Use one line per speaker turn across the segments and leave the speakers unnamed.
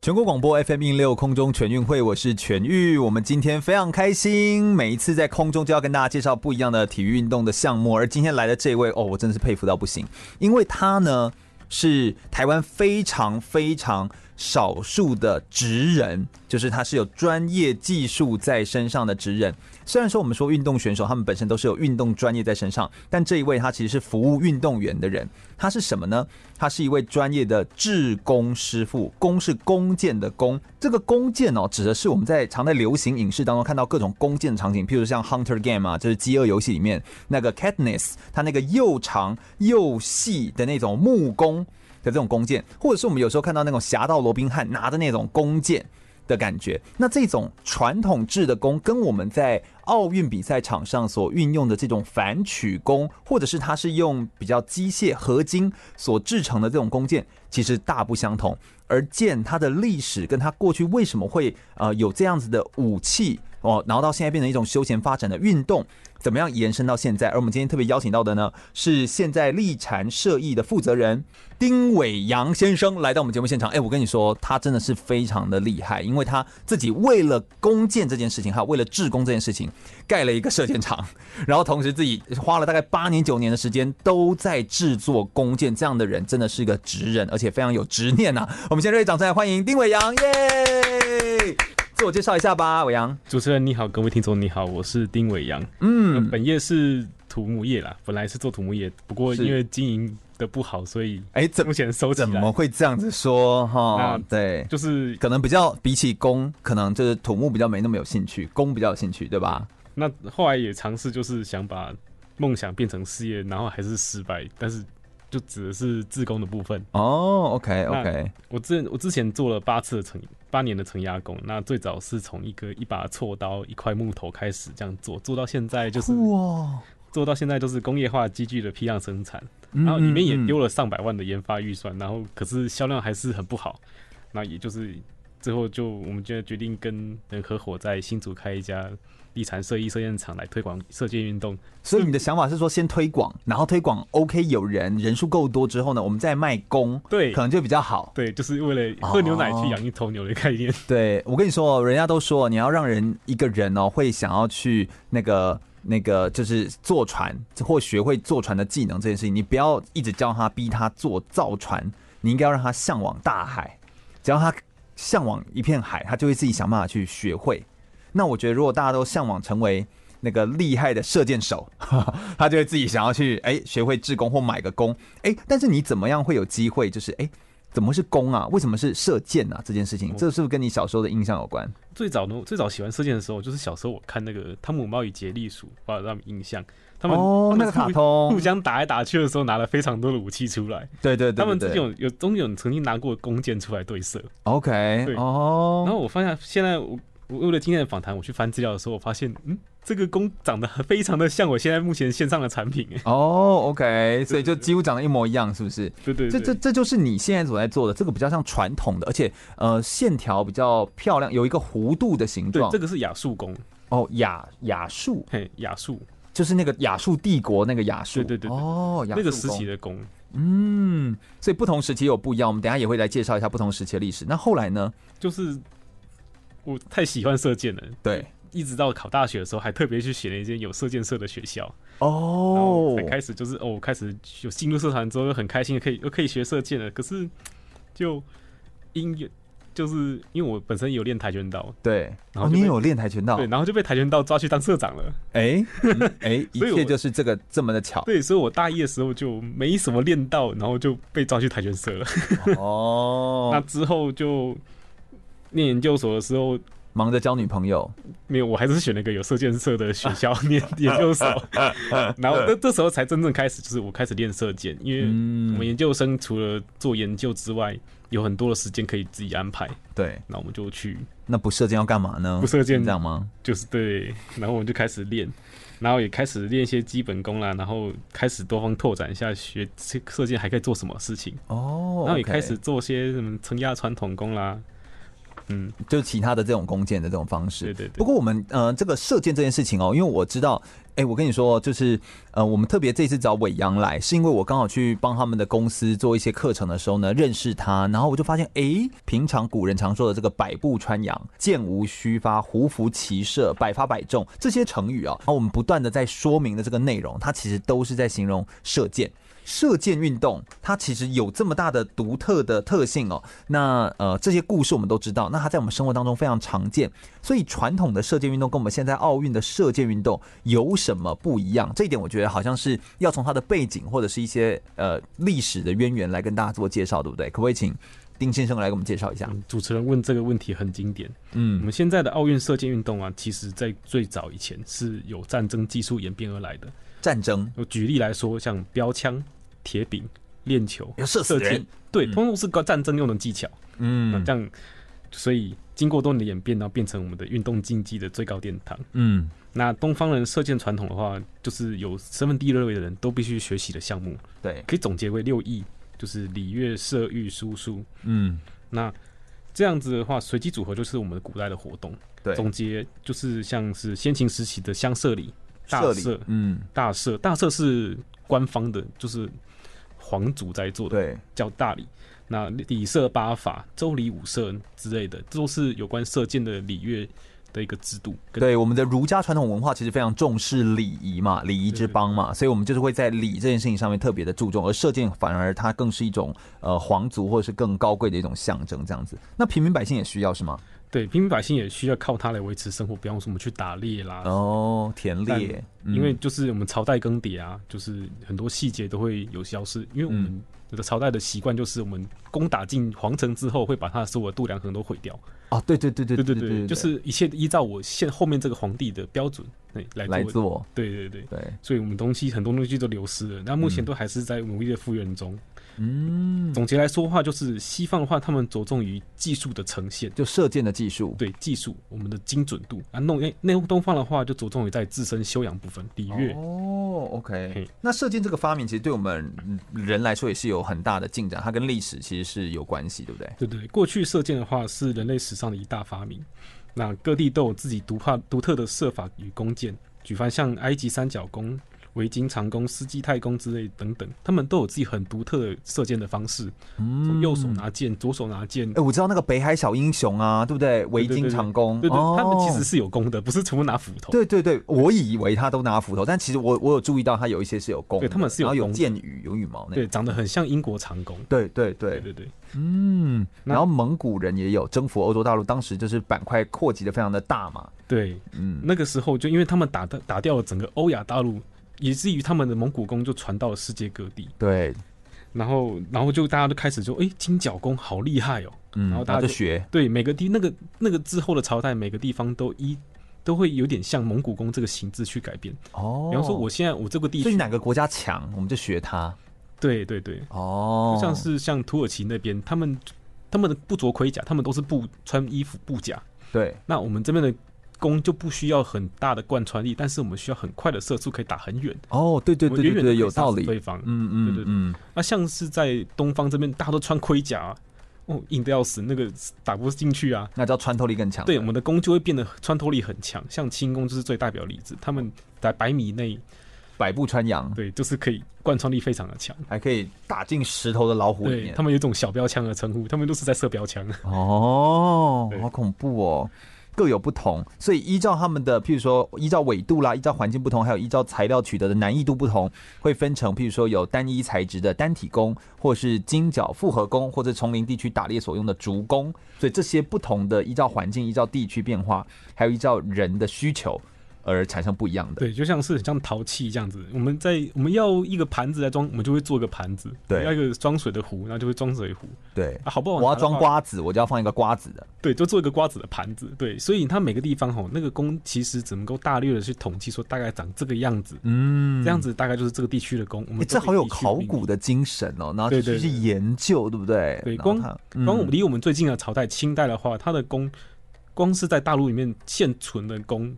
全国广播 FM 一六空中全运会，我是全玉。我们今天非常开心，每一次在空中就要跟大家介绍不一样的体育运动的项目。而今天来的这位哦，我真是佩服到不行，因为他呢是台湾非常非常少数的职人，就是他是有专业技术在身上的职人。虽然说我们说运动选手他们本身都是有运动专业在身上，但这一位他其实是服务运动员的人。他是什么呢？他是一位专业的制弓师傅，弓是弓箭的弓。这个弓箭哦，指的是我们在常在流行影视当中看到各种弓箭场景，譬如像《Hunter Game》啊，就是《饥饿游戏》里面那个 Katniss，他那个又长又细的那种木弓的这种弓箭，或者是我们有时候看到那种侠盗罗宾汉拿的那种弓箭。的感觉，那这种传统制的弓，跟我们在奥运比赛场上所运用的这种反曲弓，或者是它是用比较机械合金所制成的这种弓箭，其实大不相同。而箭它的历史跟它过去为什么会呃有这样子的武器哦，然后到现在变成一种休闲发展的运动，怎么样延伸到现在？而我们今天特别邀请到的呢，是现在立禅社艺的负责人丁伟阳先生来到我们节目现场。哎，我跟你说，他真的是非常的厉害，因为他自己为了弓箭这件事情，还有为了制弓这件事情，盖了一个射箭场，然后同时自己花了大概八年九年的时间都在制作弓箭。这样的人真的是个职人，而且非常有执念呐、我们先热烈掌声来欢迎丁伟阳，耶！自我介绍一下吧，伟阳。
主持人你好，各位听众你好，我是丁伟阳。呃
嗯，
本业是土木业啦，本来是做土木业，不过
是
因为经营的不好，所以
哎、怎
目前收起
怎么
来。
会这样子说哈
那？
对，
就是
可能比较比起弓，可能就是土木比较没那么有兴趣，弓比较有兴趣，对吧？
那后来也尝试，就是想把梦想变成事业，然后还是失败，但是就指的是自工的部分。
哦，OK OK，
我之我之前做了八次的承八年的承压工，那最早是从一个一把锉刀、一块木头开始这样做，做到现在就是
哇，
做到现在就是工业化机具的批量生产。
嗯
然后里面也
嗯
丢了上百万的研发预算，然后可是销量还是很不好，那也就是最后就我们就决定跟人合伙在新竹开一家地产设计射箭场来推广射箭运动。
所以你的想法是说，先推广，然后推广 OK 有人人数够多之后呢，我们再卖弓，
对
可能就比较好。
对，就是为了喝牛奶去养一头牛的概念。
对我跟你说哦，人家都说你要让人一个人哦，会想要去那个那个，就是坐船或学会坐船的技能这件事情，你不要一直教他逼他做造船，你应该要让他向往大海。只要他向往一片海，他就会自己想办法去学会。那我觉得，如果大家都向往成为那个厉害的射箭手， 他就会自己想要去哎、学会制弓或买个弓。哎、但是你怎么样会有机会？就是哎、怎么是弓啊？为什么是射箭啊？这件事
哦
情，这是不是跟你小时候的印象有关？
最早呢，最早喜欢射箭的时候，就是小时候我看那个《汤姆猫与杰利鼠》，把他们印象，他们
哦
他们
那个卡
互
通
互相打来打去的时候，拿了非常多的武器出来。
对对对
他们
对
之
对
前有有中间有曾经拿过弓箭出来对射，
OK
对然
哦，
后我发现现在我我为了今天的访谈，我去翻资料的时候，我发现嗯，这个弓长得非常的像我现在目前线上的产品，哎，
哦，OK，所以就几乎长得一模一样，是不是？
对对
这这
对，
这就是你现在所在做的，这个比较像传统的，而且呃线条比较漂亮，有一个弧度的形
对
状。
这个是亚述弓，
哦，雅雅树
嘿，亚述
就是那个雅树帝国那个雅树，
对对对对
哦，雅
那个
树
时
宫
期的弓，
嗯，所以不同时期有不一样，我们等一下也会来介绍一下不同时期的历史。那后来呢？
就是我太喜欢射箭了，
对，
一直到考大学的时候，还特别去选了一间有射箭社的学校，然后
哦
才开始就是哦，我开始有进入社团之后，又很开心，可以又可以学射箭了，可是就因就是因为我本身有练跆拳道，
对，
然
然后
后就
你也
被
有练跆拳道
对，，然后就被跆拳道抓去当社长了。
哎嗯哎，一
所以
切
我
就是这个这么的巧
对，所以我大一的时候就没什么练到，然后就被抓去跆拳社了。那
哦。
之后就念研究所的时候，
忙着交女朋友，
没有，我还是选了一个有射箭社的学校 念研究 所。然后这这时候才真正开始，就是我开始练射箭，因为
嗯
我们研究生除了做研究之外，有很多的时间可以自己安排。
对，
那我们就去，
那不射箭要干嘛呢？
不射箭
这样吗？
就是对，然后我们就开始练。然后也开始练一些基本功啦，然后开始多方拓展一下学射射箭还可以做什么事情，
哦，
然后也
OK
开始做些什么承压传统功啦，嗯，
就其他的这种弓箭的这种方式。
对对对
不过我们呃，这个射箭这件事情哦，因为我知道，哎、我跟你说，就是呃，我们特别这次找伟阳来，是因为我刚好去帮他们的公司做一些课程的时候呢，认识他，然后我就发现，哎、平常古人常说的这个“百步穿杨，箭无虚发，胡服骑射，百发百中”这些成语啊、然后我们不断的在说明的这个内容，它其实都是在形容射箭。射箭运动，它其实有这么大的独特的特性哦。那呃，这些故事我们都知道，那它在我们生活当中非常常见。所以传统的射箭运动跟我们现在奥运的射箭运动有什么不一样？这一点我觉得好像是要从它的背景或者是一些呃历史的渊源来跟大家做介绍，对不对？可不可以请丁先生来给我们介绍一下？
嗯主持人问这个问题很经典。我
嗯
们现在的奥运射箭运动啊，其实在最早以前是有战争技术演变而来的。
战争
我举例来说，像标枪、铁饼、链球、
要射死
射
人
箭，，对，
嗯
通通是个战争用的技巧。那
嗯
这样，所以经过多年的演变，然后变成我们的运动竞技的最高殿堂。
嗯，
那东方人射箭传统的话，就是有身份地位的人都必须学习的项目，
对，
可以总结为六艺，就是礼乐射御书数。
嗯
那这样子的话，随机组合就是我们古代的活动。
对，
总结就是像是先秦时期的乡社礼、大
射
射
礼，嗯
大社，大社是官方的，就是皇族在做的，
对，
叫大礼。那礼社八法、周礼五社之类的，这都是有关射箭的礼乐的一个制度。跟，
对我们的儒家传统文化其实非常重视礼仪嘛，礼仪之邦嘛，所以我们就是会在礼这件事情上面特别的注重，而射箭反而它更是一种呃皇族或者是更高贵的一种象征，这样子。那平民百姓也需要是吗？
对平民百姓也需要靠它来维持生活，比方说我们去打猎啦，
哦，田
但
猎，
因为
嗯
就是我们朝代更迭啊，就是很多细节都会有消失，因为我
嗯
们的朝代的习惯就是我们攻打进皇城之后，会把它的所有的度量衡都毁掉。
哦，对对对对
对
对
对对，就是一切依照我现后面这个皇帝的标准对来
来
做。
做，
对对对，
对，
所以我们东西很多东西都流失了，那目前都还是在努力的复原中。
嗯，
总结来说的话，就是西方的话，他们着重于技术的呈现，
就射箭的技术，
对技术我们的精准度啊。弄内内东方的话，就着重于在自身修养部分，礼乐。
哦，OK，
嘿
那射箭这个发明其实对我们人来说也是有很大的进展，它跟历史其实是有关系，对不对？
对对，过去射箭的话是人类史上的一大发明，那各地都有自己独怕独特的射法与弓箭，举凡像埃及三角弓、维京长弓、斯基泰弓之类等等，他们都有自己很独特的射箭的方式，
嗯
从右手拿箭，左手拿箭
哎、。我知道那个北海小英雄啊，对不对？围巾长弓，
对对，他们其实
哦。
是有弓的，不是全部拿斧头。
对对对，我以为他都拿斧头，但其实我我有注意到他有一些是有弓的，
对他们是有
然后有
弓的
箭羽、有羽毛那
对，
个。
长得很像英国长弓。
对对对
对对对，
嗯。
那
然后蒙古人也有征服欧洲大陆，当时就是板块扩及的非常的大嘛。
对，
嗯，
那个时候就因为他们打的打掉了整个欧亚大陆，以至于他们的蒙古弓就传到了世界各地。
对，
然后，然后就大家都开始就，诶，金角弓好厉害哦！
嗯，
然后大家
就
就
学，
对，每个地那个那个之后的朝代，每个地方都一都会有点像蒙古弓这个形制去改变。
哦，
比方说，我现在我这个地
所以
区，
哪个国家强，我们就学它。
对对对，
哦，
就像是像土耳其那边，他们他们的不着盔甲，他们都是布穿衣服布甲。
对，
那我们这边的弓就不需要很大的贯穿力，但是我们需要很快的射速，可以打很远。
哦，对对
我们
对
远
对
远地可
对，
以
有
杀
道
死
理。
对方，
嗯嗯
对对对
嗯，
那像是在东方这边，大家都穿盔甲、啊，哦，硬的要死，那个打不进去啊。
那叫穿透力更强。
对，我们的弓就会变得穿透力很强，像轻功就是最代表例子，他们在百米内，
百步穿杨，
对，就是可以贯穿力非常的强。
还可以打进石头的老虎里
对
面
他。们有一种小标枪的称呼，他们都是在射 标枪。
哦，
对
好恐怖哦，各有不同，所以依照他们的，譬如说依照纬度啦，依照环境不同，还有依照材料取得的难易度不同，会分成譬如说有单一材质的单体弓，或是金角复合弓，或者丛林地区打猎所用的竹弓，所以这些不同的依照环境、依照地区变化，还有依照人的需求而产生不一样的。
对，就像是很像陶器这样子，我们在我们要一个盘子来装，我们就会做一个盘子；
对
要一个装水的壶，然后就会装水壶。
对，
啊，好不好？
我要装，瓜子，我就要放一个瓜子的。
对，就做一个瓜子的盘子。对，所以它每个地方哦吼，那个弓其实只能够大略的去统计说大概长这个样子，
嗯，
这样子大概就是这个地区的弓。我
欸
们
这
都可以
好有
依据
考
命名
古的精神哦，然后就
对
去
对
去
对
研究，对不对？
对
然后它
光光
嗯
我们离我们最近的朝代清代的话，它的弓光是在大陆里面现存的弓，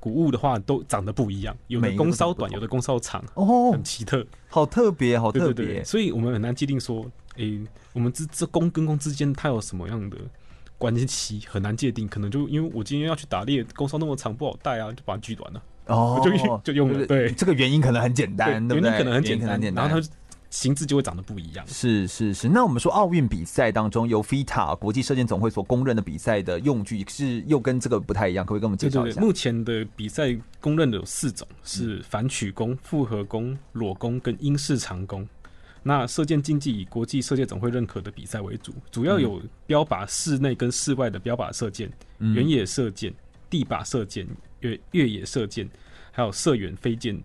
谷物的话都长得不一样，有
每
的
一个都
弓
长
稍
得不
短，有的弓稍长，
哦
很，奇特。
好特别，好
对
特
对对，
别，
所以我们很难界定说，诶、我们这这公跟公之间它有什么样的关系，很难界定。可能就因为我今天要去打猎，弓稍那么长不好带啊，就把它锯短了。
哦，
就用就用了对
这个原因可能很简单，对
原
不
理
对？
可能很
原因
简
可能
单，
很简
然
单，
后它形制就会长得不一样。
是是是，那我们说奥运比赛当中，由 FITA 国际射箭总会所公认的比赛的用具是又跟这个不太一样，可不可以跟我们介
对
绍
对
一
对，
下？嗯
目前的比赛公认的有四种，是反曲弓、复合弓、裸弓跟英式长弓。那射箭竞技以国际射箭总会认可的比赛为主，主要有标靶室内跟室外的标靶射箭、
嗯
原野射箭、地靶射箭、越越野射箭，还有射远飞箭，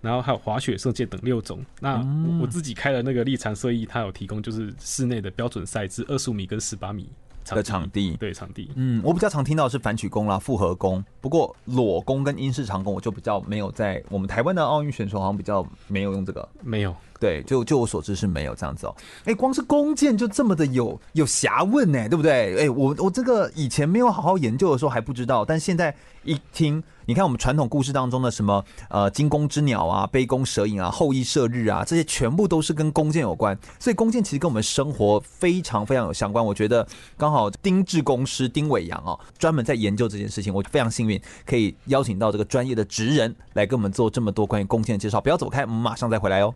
然后还有滑雪射箭等六种。那
嗯
我我自己开的那个立场射艺，它有提供就是室内的标准赛制二十五米跟十八米
的场地。
对场地。
嗯，我比较常听到的是反曲弓啦、复合弓，不过裸弓跟英式长弓我就比较没有在我们台湾的奥运选手好像比较没有用这个，
没有，
对，就就我所知是没有这样子哦、哎、光是弓箭就这么的有有侠问呢、对不对？哎、我我这个以前没有好好研究的时候还不知道，但现在一听，你看我们传统故事当中的什么呃惊弓之鸟啊、杯弓蛇影啊、后羿射日啊，这些全部都是跟弓箭有关，所以弓箭其实跟我们生活非常非常有相关。我觉得刚好丁志公师丁伟阳哦，专门在研究这件事情，我非常幸运可以邀请到这个专业的职人来跟我们做这么多关于弓箭的介绍。不要走开，我们马上再回来哦。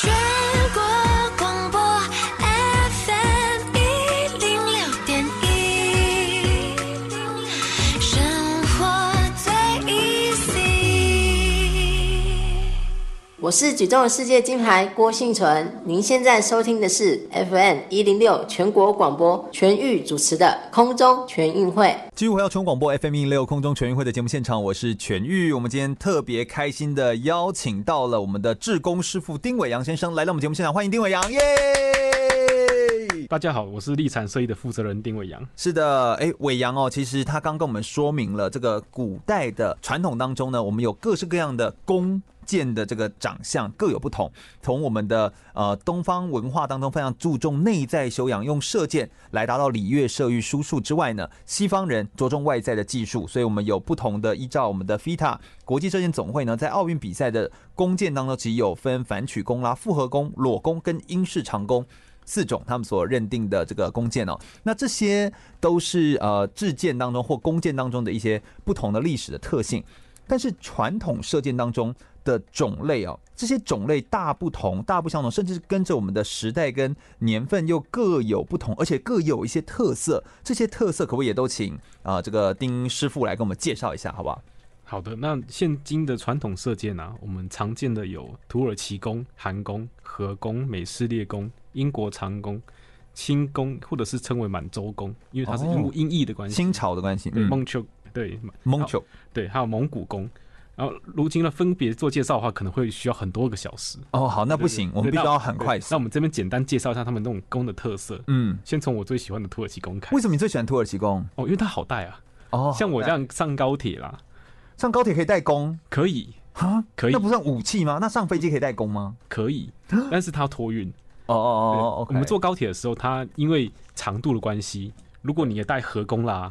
全国广播 FM 一零六点一，生活最 easy。
我是举重世界金牌郭幸存，您现在收听的是 FM 一零六全国广播全域主持的空中全运会。
继续回到全国广播 FM 一六空中全运会的节目现场，我是全玉。我们今天特别开心的邀请到了我们的志工师傅丁伟阳先生来到我们节目现场，欢迎丁伟阳，耶！
大家好，我是立产设艺的负责人丁伟阳。
是的，哎，伟阳哦，其实他刚跟我们说明了这个古代的传统当中呢，我们有各式各样的弓箭的这个长相各有不同。从我们的呃东方文化当中非常注重内在修养，用射箭来达到礼乐射御书数之外呢，西方人着重外在的技术，所以我们有不同的依照我们的 FITA 国际射箭总会呢，在奥运比赛的弓箭当中，其实有分反曲弓啦、复合弓、裸弓跟英式长弓。四种他们所认定的这个弓箭哦，那这些都是呃制箭当中或弓箭当中的一些不同的历史的特性。但是传统射箭当中的种类哦，这些种类大不同、大不相同，甚至是跟着我们的时代跟年份又各有不同，而且各有一些特色。这些特色可不可以也都请啊、呃这个丁师傅来给我们介绍一下，好不好？
好的，那现今的传统射箭啊，我们常见的有土耳其弓、韩弓、和弓、美式猎弓、英国长弓、清弓，或者是称为满洲弓，因为它是
哦
音音译的关系。
清朝的关系，
嗯对，
嗯，
蒙丘对
蒙球，
对，还有蒙古弓。然后如今呢，分别做介绍的话，可能会需要很多个小时。
哦，好，那
那
不行，我们必须要很快
那
速
我。们这边简单介绍一下他们那种弓的特色。
嗯，
先从我最喜欢的土耳其弓开
为什么你最喜欢土耳其弓？
哦，因为它好带啊，
哦，
像我这样上高铁啦，
上高铁可以带弓
可以
啊？
可以
那不算武器吗？那上飞机可以带弓吗？
可以，但是它要托运。
哦哦哦
对
哦，OK，
我们坐高铁的时候，它因为长度的关系，如果你也带合弓啦，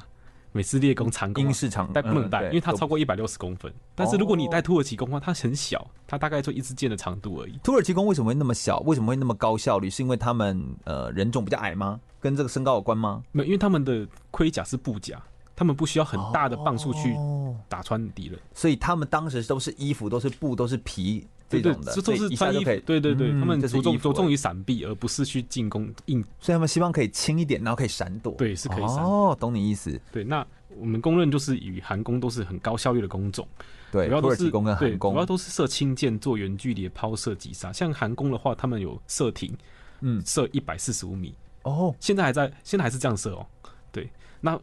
每次猎弓、长弓啊
英，式长，
带不能
嗯
带，
对
因为它
都哦
超过一百六十公分。但是如果你带土耳其弓的话，它很小，它大概就一支箭的长度而已。
土耳其弓为什么会那么小？为什么会那么高效率？是因为他们呃人种比较矮吗？跟这个身高有关吗？
没有，因为他们的盔甲是布甲，他们不需要很大的磅数去
哦
打穿敌人。
所以他们当时都是衣服，都是布，都是皮这
对对
种，的，
这
所
都
以
是
一下
穿
就
衣服
可以。。
对对对，
嗯
他们
这是
着重
衣服
着重
而已
于闪避，而不是去进攻硬。
所以他们希望可以轻一点，然后可以闪躲。
对是可以闪
哦，懂你意思。
对，那我们公认就是与韩弓都是很高效率的弓种。
对，
主要
土
都
耳
是
其弓跟
对
韩弓
主要都是射轻箭做远距离的抛射击杀。像韩弓的话，他们有射停，
嗯
射一百四十五米，
哦，
现在还在，现在还是这样射哦。对，那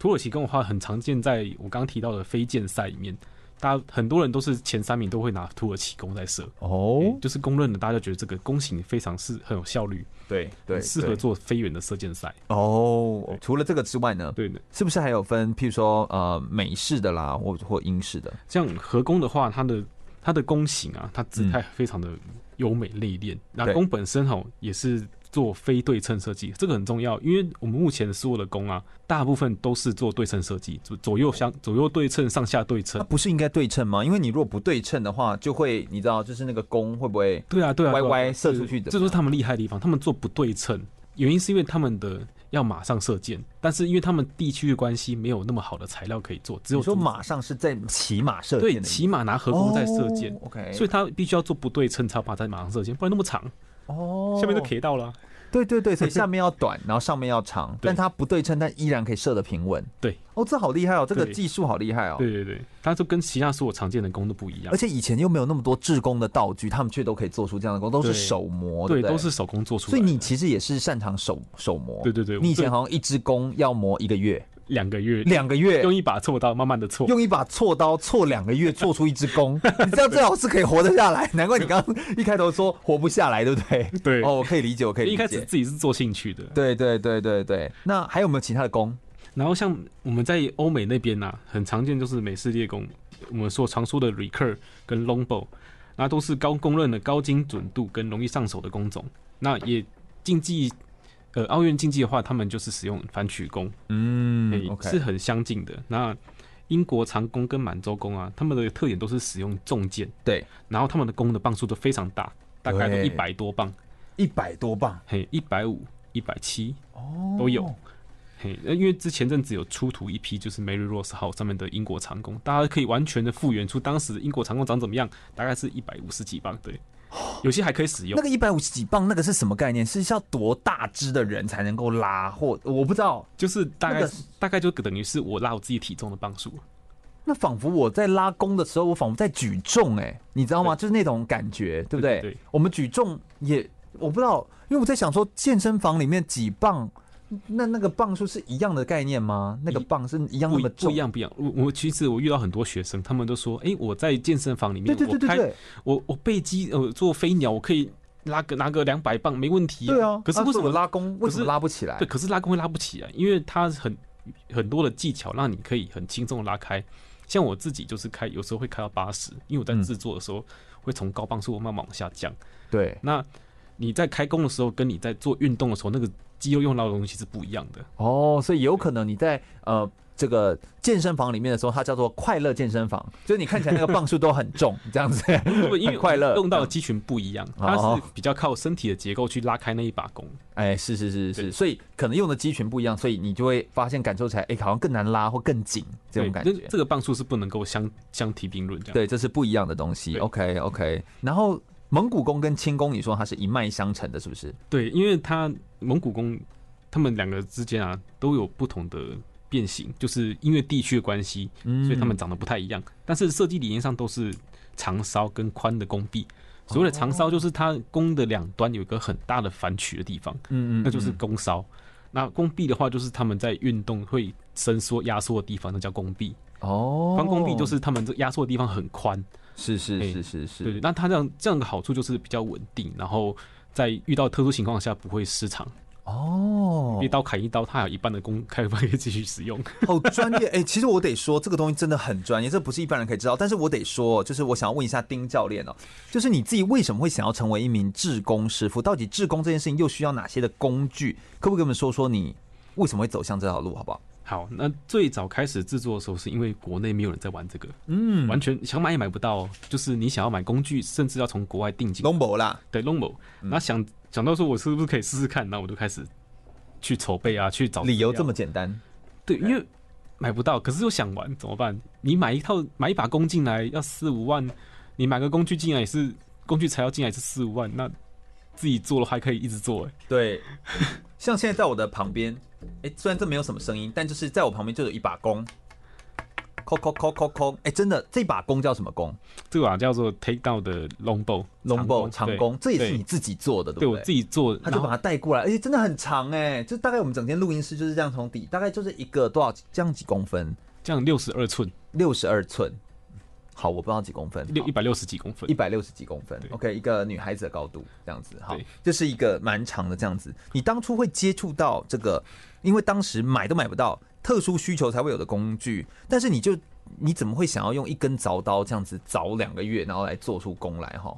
土耳其弓的话，很常见在我刚刚提到的飞箭赛里面，大家很多人都是前三名都会拿土耳其弓在射。
哦，
就是公认的，大家觉得这个弓形非常是很有效率，
对对，
很适合
对
做飞远的射箭赛。
哦。除了这个之外呢，
对的，
是不是还有分，譬如说呃美式的啦，或或英式的？
像合弓的话，它的
嗯
它的弓形啊，它姿态非常的优美内敛，然后弓本身哦也是做非对称设计，这个很重要，因为我们目前所有的弓啊，大部分都是做对称设计，左左右相左右对称，上下对
它
称。
呃不是应该对称吗？因为你如果不对称的话，就会你知道，就是那个弓会不会
对啊，对啊，对啊
歪歪射出去的？
这就是他们厉害的地方。他们做不对称，原因是因为他们的要马上射箭，但是因为他们地区的关系，没有那么好的材料可以做，只有
你说
竹子
马上是在骑马射箭
对
的，
骑马拿合弓在射箭，
哦，OK，
所以他必须要做不对称，才把在马上射箭，不然那么长，
哦，
下面都 K 到了啊。
对对对，所以下面要短，然后上面要长，
对
但它不对称，但依然可以射得平稳。
对，
哦，这好厉害哦，这个
对
技术好厉害哦。
对对对，它就跟其他所有常见的弓都不一样
而，且以前又没有那么多制工的道具，他们却都可以做出这样的工，都是
对
手磨，
对，
不
都是。手工做出
所
来
以
的。
你其实也是擅长手手磨。
对对对
你以前
我
好像一支弓要磨一个月，
两个月
两个月
用。一把锉刀慢慢的锉，
用一把锉刀锉两个月，做出一支 弓，你这样最好是可以活得下来。难怪你刚刚一开头说活不下来，对不对？
对
哦，我可以理解，我可以
一
理
开始
解。
自己是做兴趣的，
对对对对对。那还有没有其他的弓？
然后像我们在欧美那边呐、啊很常见就是美式猎弓，我们所常说的 recurve 跟 longbow，那都是高公认的高精准度跟容易上手的弓种。那也竞技，呃，奥运竞技的话，他们就是使用反曲弓，
嗯
诶
，OK，
是很相近的。那英国长弓跟满洲弓啊，他们的特点都是使用重箭，
对，
然后他们的弓的磅数都非常大，大概都
对
一百多磅，
一百多磅
嘿，一百五、一百七
哦
都有。嘿，那因为之前阵子有出土一批就是 Mary Rose 号上面的英国长弓，大家可以完全的复原出当时英国长弓长怎么样，大概是一百五十几磅，对，有些还可以使用
哦那。个一百五十几磅，那个是什么概念？是要多大只的人才能够拉？或我不知道。
就是大概、
那个
大概就等于是我拉我自己体重的磅数，
那仿佛我在拉弓的时候，我仿佛在举重、哎，你知道吗？就是那种感觉，对不对？
对对对
我们举重也，我不知道，因为我在想说，健身房里面几磅，那那个磅数是一样的概念吗？那个磅是一样
不
那
一
么
不
重？
一。样不一样。我我其实我遇到很多学生，他们都说，诶，我在健身房里面，
对对对对
我开
对，
我我背肌呃做飞鸟，我可以拉个拿个两百磅没问题、
对啊。
可是
啊
为什
所以
么
我拉弓为什
可
么
是
拉不起来
对，？可是拉弓会拉不起来，因为它很很多的技巧让你可以很轻松的拉开。像我自己就是开，有时候会开到八十，因为我在
嗯
制作的时候、会从高磅数慢慢往下降。
对，
那你在开弓的时候，跟你在做运动的时候，那个肌肉用到的东西是不一样的。
哦，所以有可能你在呃这个健身房里面的时候，它叫做快乐健身房，就是你看起来那个磅数都很重，这样子，
不因为
很快乐
用到的肌群不一样，它
哦
是比较靠身体的结构去拉开那一把弓。
哎，是是是是，
对
所以可能用的肌群不一样，所以你就会发现感受起来，哎，好像更难拉或更紧这种
对
感
那
觉。
这个磅数是不能够相相提并论这样。
对，这是不一样的东西。
对
OK OK，然后蒙古弓跟轻功，你说它是一脉相承的，是不是？
对，因为它蒙古弓，他们两个之间啊都有不同的变形，就是因为地区的关系，
嗯
所以他们长得不太一样。但是设计理念上都是长勺跟宽的弓臂。所谓的长勺，就是它弓的两端有一个很大的反曲的地方，
嗯嗯，
那就是
嗯
弓梢。那弓臂的话，就是他们在运动会伸缩、压缩的地方，那叫弓臂。
哦，
宽弓臂就是他们这压缩的地方很宽，
是
哎
是是是
对
是
对。那它这样这样的好处就是比较稳定，然后在遇到特殊情况下不会失常。
哦
一，刀砍一刀，它有一半的弓 开发可以继续 使用。
好专业哎、其实我得说，这个东西真的很专业，这不是一般人可以知道。但是我得说，就是我想要问一下丁教练哦，就是你自己为什么会想要成为一名制工师傅？到底制工这件事情又需要哪些的工具？可不可以跟我们说说你为什么会走向这条路，好不好？
好，那最早开始制作的时候，是因为国内没有人在玩这个，
嗯，
完全想买也买不到、哦。就是你想要买工具，甚至要从国外订进。
龙博啦，
对 l o m o
嗯
那想想到说，我是不是可以试试看？然后我就开始去筹备啊，去找
理由
资料
这么简单，
对，因为买不到，可是又想玩，怎么办？你买一套买一把弓进来要四五万，你买个工具进来也是工具材料进来也是四五万，那自己做了还可以一直做、欸，
对。 像现在在我的旁边，哎、虽然这没有什么声音，但就是在我旁边就有一把弓，扣扣扣扣扣，哎、真的，这把弓叫什么弓？
这把叫做 Take Down 的 Longbow
龙博长
对
弓，这也是
对
你自己做的，对不
对我自己做，
他
然
就
后
把它带过来，而且真的很长哎、就大概我们整间录音室就是这样从底，大概就是一个多少这样几公分，
这样六十二寸，
六十二寸，好，我不知道几公分，
六一百六十几公分
一，百六十几公分
对
，OK，一个女孩子的高度这样子，好
对，
这是一个蛮长的这样子。你当初会接触到这个，因为当时买都买不到，特殊需求才会有的工具，但是你就你怎么会想要用一根凿刀这样子凿两个月，然后来做出弓来哈？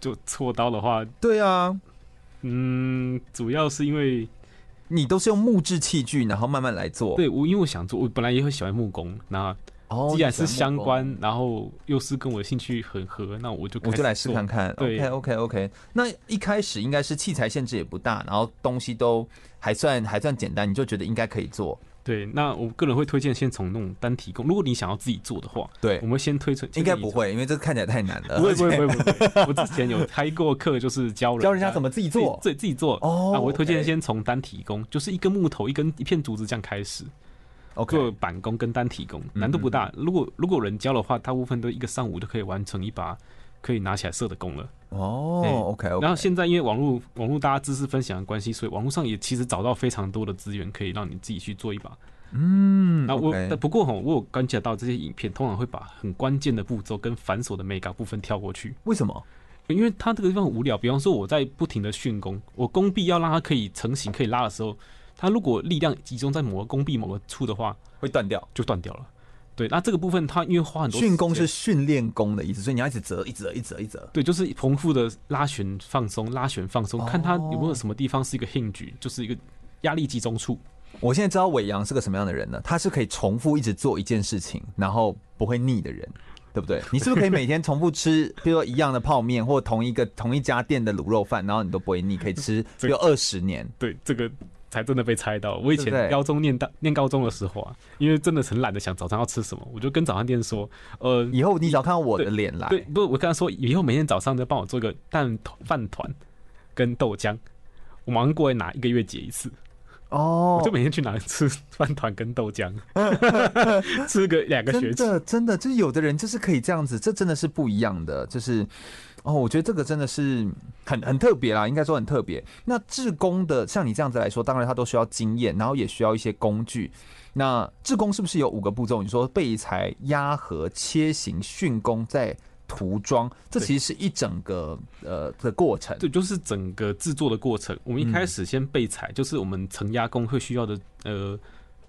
就锉刀的话，
对啊，
嗯，主要是因为
你都是用木质器具，然后慢慢来做。，
对我，因为我想做，我本来也很喜欢木工，那
哦，
既然是
你喜欢
相
木工
关，然后又是跟我的兴趣很合，那我就
我
开
就
始
来试
做
看看。
对
OK OK OK。那一开始应该是器材限制也不大，然后东西都还算还算简单，你就觉得应该可以做。
对，那我个人会推荐先从那种单体工，如果你想要自己做的话，
对
我，们先推荐
应该不。会，因为这看起来太难了。
不会不
而
会
且
不会不会，我之前有开过课，就是教 人
教人家怎么自己
自己
做。
自己自己做。
哦
啊，我会推荐
OK
先从单体工，就是一根木头、一根一片竹子这样开始，做
OK，嗯
板工跟单体工，难度不大。如果如果有人教的话，大部分都一个上午就可以完成一把可以拿起来射的弓了。
哦
对
，OK
然
OK。
后现在因为网络网络大家知识分享的关系，所以网络上也其实找到非常多的资源可以让你自己去做一把。
嗯，
那我
OK
但不过哈，我有观察到这些影片通常会把很关键的步骤跟繁琐的 mega 部分跳过去，
为什么？
因为它这个地方很无聊。比方说我在不停的训弓，我弓臂要让它可以成型、可以拉的时候，它如果力量集中在某个弓臂某个处的话，
会断掉？
就断掉了。对，那这个部分它因为花很多
训功
时间
是训练功的意思，所以你要一直折，一直折，一直折，一直折。
对，就是重复的拉旋放松，拉旋放松，看它有没
哦
有什么地方是一个 hinge，就是一个压力集中处。
我现在知道伟阳是个什么样的人呢？他是可以重复一直做一件事情，然后不会腻的人，对 不对？你是不是可以每天重复吃，比如说一样的泡面或同一个同一家店的卤肉饭，然后你都不会腻，可以吃比
这
如二十 年？
对，这个才真的被猜到。我以
对不对
前高中念大念高中的时候啊，因为真的很懒得想早上要吃什么，我就跟早餐店说，呃，
以后你只要看到我的脸来，
对，不是我跟他说，以后每天早上都帮我做个蛋团饭团跟豆浆。我马上过来拿，一个月结一次，
哦
我就，每天去拿吃饭团跟豆浆， 吃个两个学
真
期。
的真的，就是有的人就是可以这样子，这真的是不一样的，就是。哦，我觉得这个真的是很很特别啦，应该说很特别。那志工的像你这样子来说，当然他都需要经验，然后也需要一些工具。那志工是不是有五个步骤？你说备材、压合、切形、训工、再涂装，这
对
其实是一整个呃的过程。
对，就是整个制作的过程。我们一开始先备材，就是我们承压工会需要的呃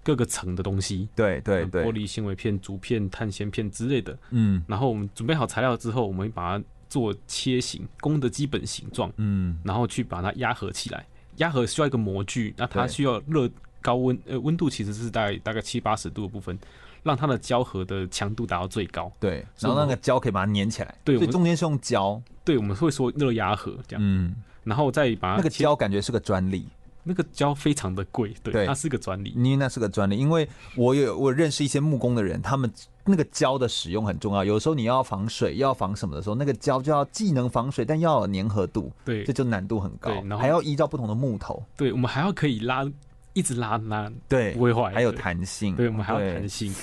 各个层的东西，
对对
嗯玻
对，
璃纤维片、竹片、碳纤片之类的。
嗯
然后我们准备好材料之后，我们会把它做切形，弓的基本形状，
嗯，
然后去把它压合起来。压合需要一个模具，那它
对
需要热高温，呃，温度其实是大概大概七八十度的部分，让它的胶合的强度达到最高。
对。
是
然后那
吗
个胶可以把它粘起来，
对
所
我
以
们
中间是用胶，
对，我们会说热压合这样，
嗯，
然后再把它
那个
切
胶感觉是个专利。
那个胶非常的贵，对，
对嗯
它是个专利。
因为那是个专利，因为我有我认识一些木工的人，他们那个胶的使用很重要。有时候你要防水，要防什么的时候，那个胶就要既能防水，但要有粘合度，
对
这就难度很高
对然，后
还要依照不同的木头，
对，我们还要可以拉，一直拉拉，
对，
不会坏
还有
对
弹性，
对，我们还要
对
弹性。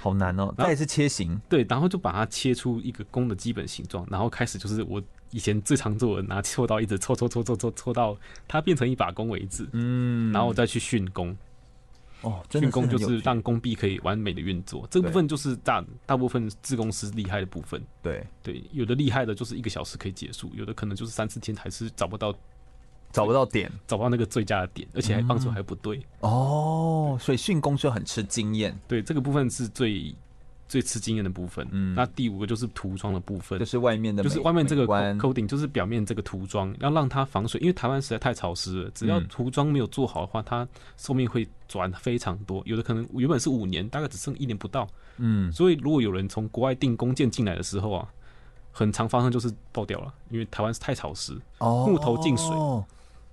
好难哦。
然后
再也是切形，
对，然后就把它切出一个弓的基本形状，然后开始就是我以前最常做的，拿锉刀一直搓搓搓搓搓搓到它变成一把弓为止，
嗯，
然后我再去训弓。
哦，真的
训
是
弓
很
就
有
是
趣，
让弓臂可以完美的运作，这个
对
部分就是大大部分自工师厉害的部分。
对，
对，有的厉害的就是一个小时可以结束，有的可能就是三四天还是找不到
找不到点
找不到那个最佳的点，而且还
嗯
棒球还不对。
哦，所以训工就很吃经验，
对，这个部分是最最吃经验的部分。
嗯
那第五个就是涂装的部分
就，是外面的美，
就是外面这个
美观
co- coating，就是表面这个涂装，要让它防水，因为台湾实在太潮湿了。只要
嗯
涂装没有做好的话，它寿命会短非常多，有的可能原本是五年，大概只剩一年不到。
嗯，
所以如果有人从国外订弓箭进来的时候啊，很常发生就是爆掉了，因为台湾是太潮湿，
哦，
木头进水，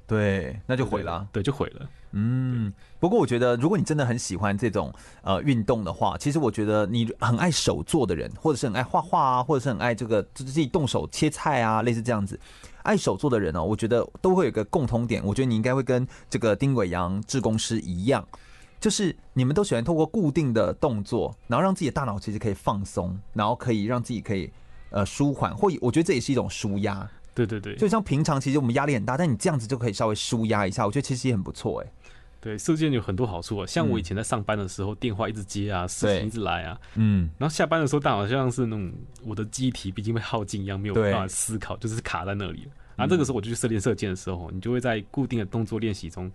对，那就毁了。啊
对，就毁了。
嗯，不过我觉得，如果你真的很喜欢这种呃运动的话，其实我觉得你很爱手做的人，或者是很爱画画啊，或者是很爱这个自己动手切菜啊，类似这样子，爱手做的人哦，我觉得都会有一个共同点。我觉得你应该会跟这个丁伟阳志工师一样，就是你们都喜欢透过固定的动作，然后让自己的大脑其实可以放松，然后可以让自己可以呃舒缓，或我觉得这也是一种舒压。
对对对，
就像平常其实我们压力很大，但你这样子就可以稍微舒压一下，我觉得其实也很不错哎、
对，射箭有很多好处啊。像我以前在上班的时候，电话一直接啊，事
嗯对
情一直来啊，
嗯，
然后下班的时候，大脑像是那种我的记忆体毕竟被耗尽一样，没有
对嗯
办法思考，就是卡在那里了。然后这个时候我就去射练射箭的时候，你就会在固定的动作练习中，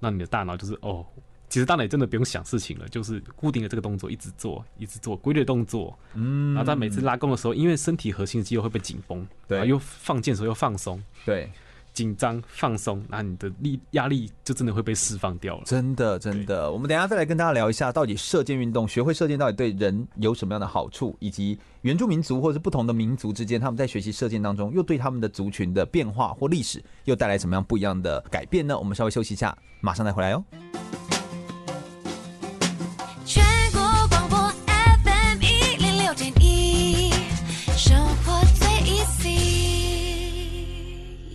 让你的大脑就是哦，其实大脑也真的不用想事情了，就是固定的这个动作一直做， 一直做规律的动作。嗯，然后在每次拉弓的时候，因为身体核心的肌肉会被紧绷，
对
然后又放箭的时候又放松，
对，
紧张、放松，那你的力压力就真的会被释放掉了。
真的，真的，我们等一下再来跟大家聊一下，到底射箭运动，学会射箭到底对人有什么样的好处，以及原住民族或者是不同的民族之间，他们在学习射箭当中，又对他们的族群的变化或历史又带来什么样不一样的改变呢？我们稍微休息一下，马上再回来哦。
全国广播 FM 一零六点一，生活最 easy。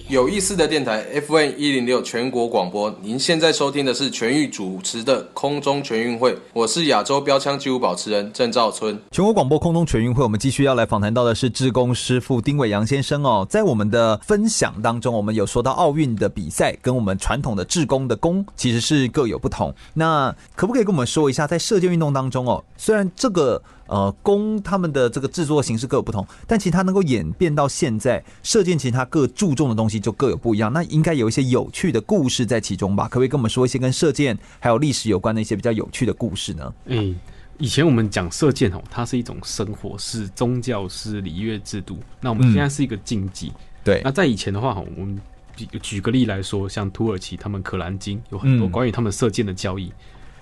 有意思的电台 FN 一零六全国广播，您现在收听的是全域主持的空中全运会，我是亚洲标枪纪录保持人郑兆春。
全国广播空中全运会，我们继续要来访谈到的是志工师傅丁伟阳先生哦。在我们的分享当中，我们有说到奥运的比赛跟我们传统的志工的工其实是各有不同。那可不可以跟我们说一下，在射箭运动当中哦，虽然这个呃弓他们的这个制作形式各有不同，但其实它能够演变到现在，射箭其实它各注重的东西就各有不一样。那应该有一些有趣的故事在其中吧？可不可以跟我们说一些跟射箭还有历史有关的一些比较有趣的故事呢？
嗯，以前我们讲射箭哦，它是一种生活，是宗教，是礼乐制度。那我们
嗯
现在是一个竞技。
对
那，在以前的话，我们举举个例来说，像土耳其他们《可兰经》有很多
嗯
关于他们射箭的交易，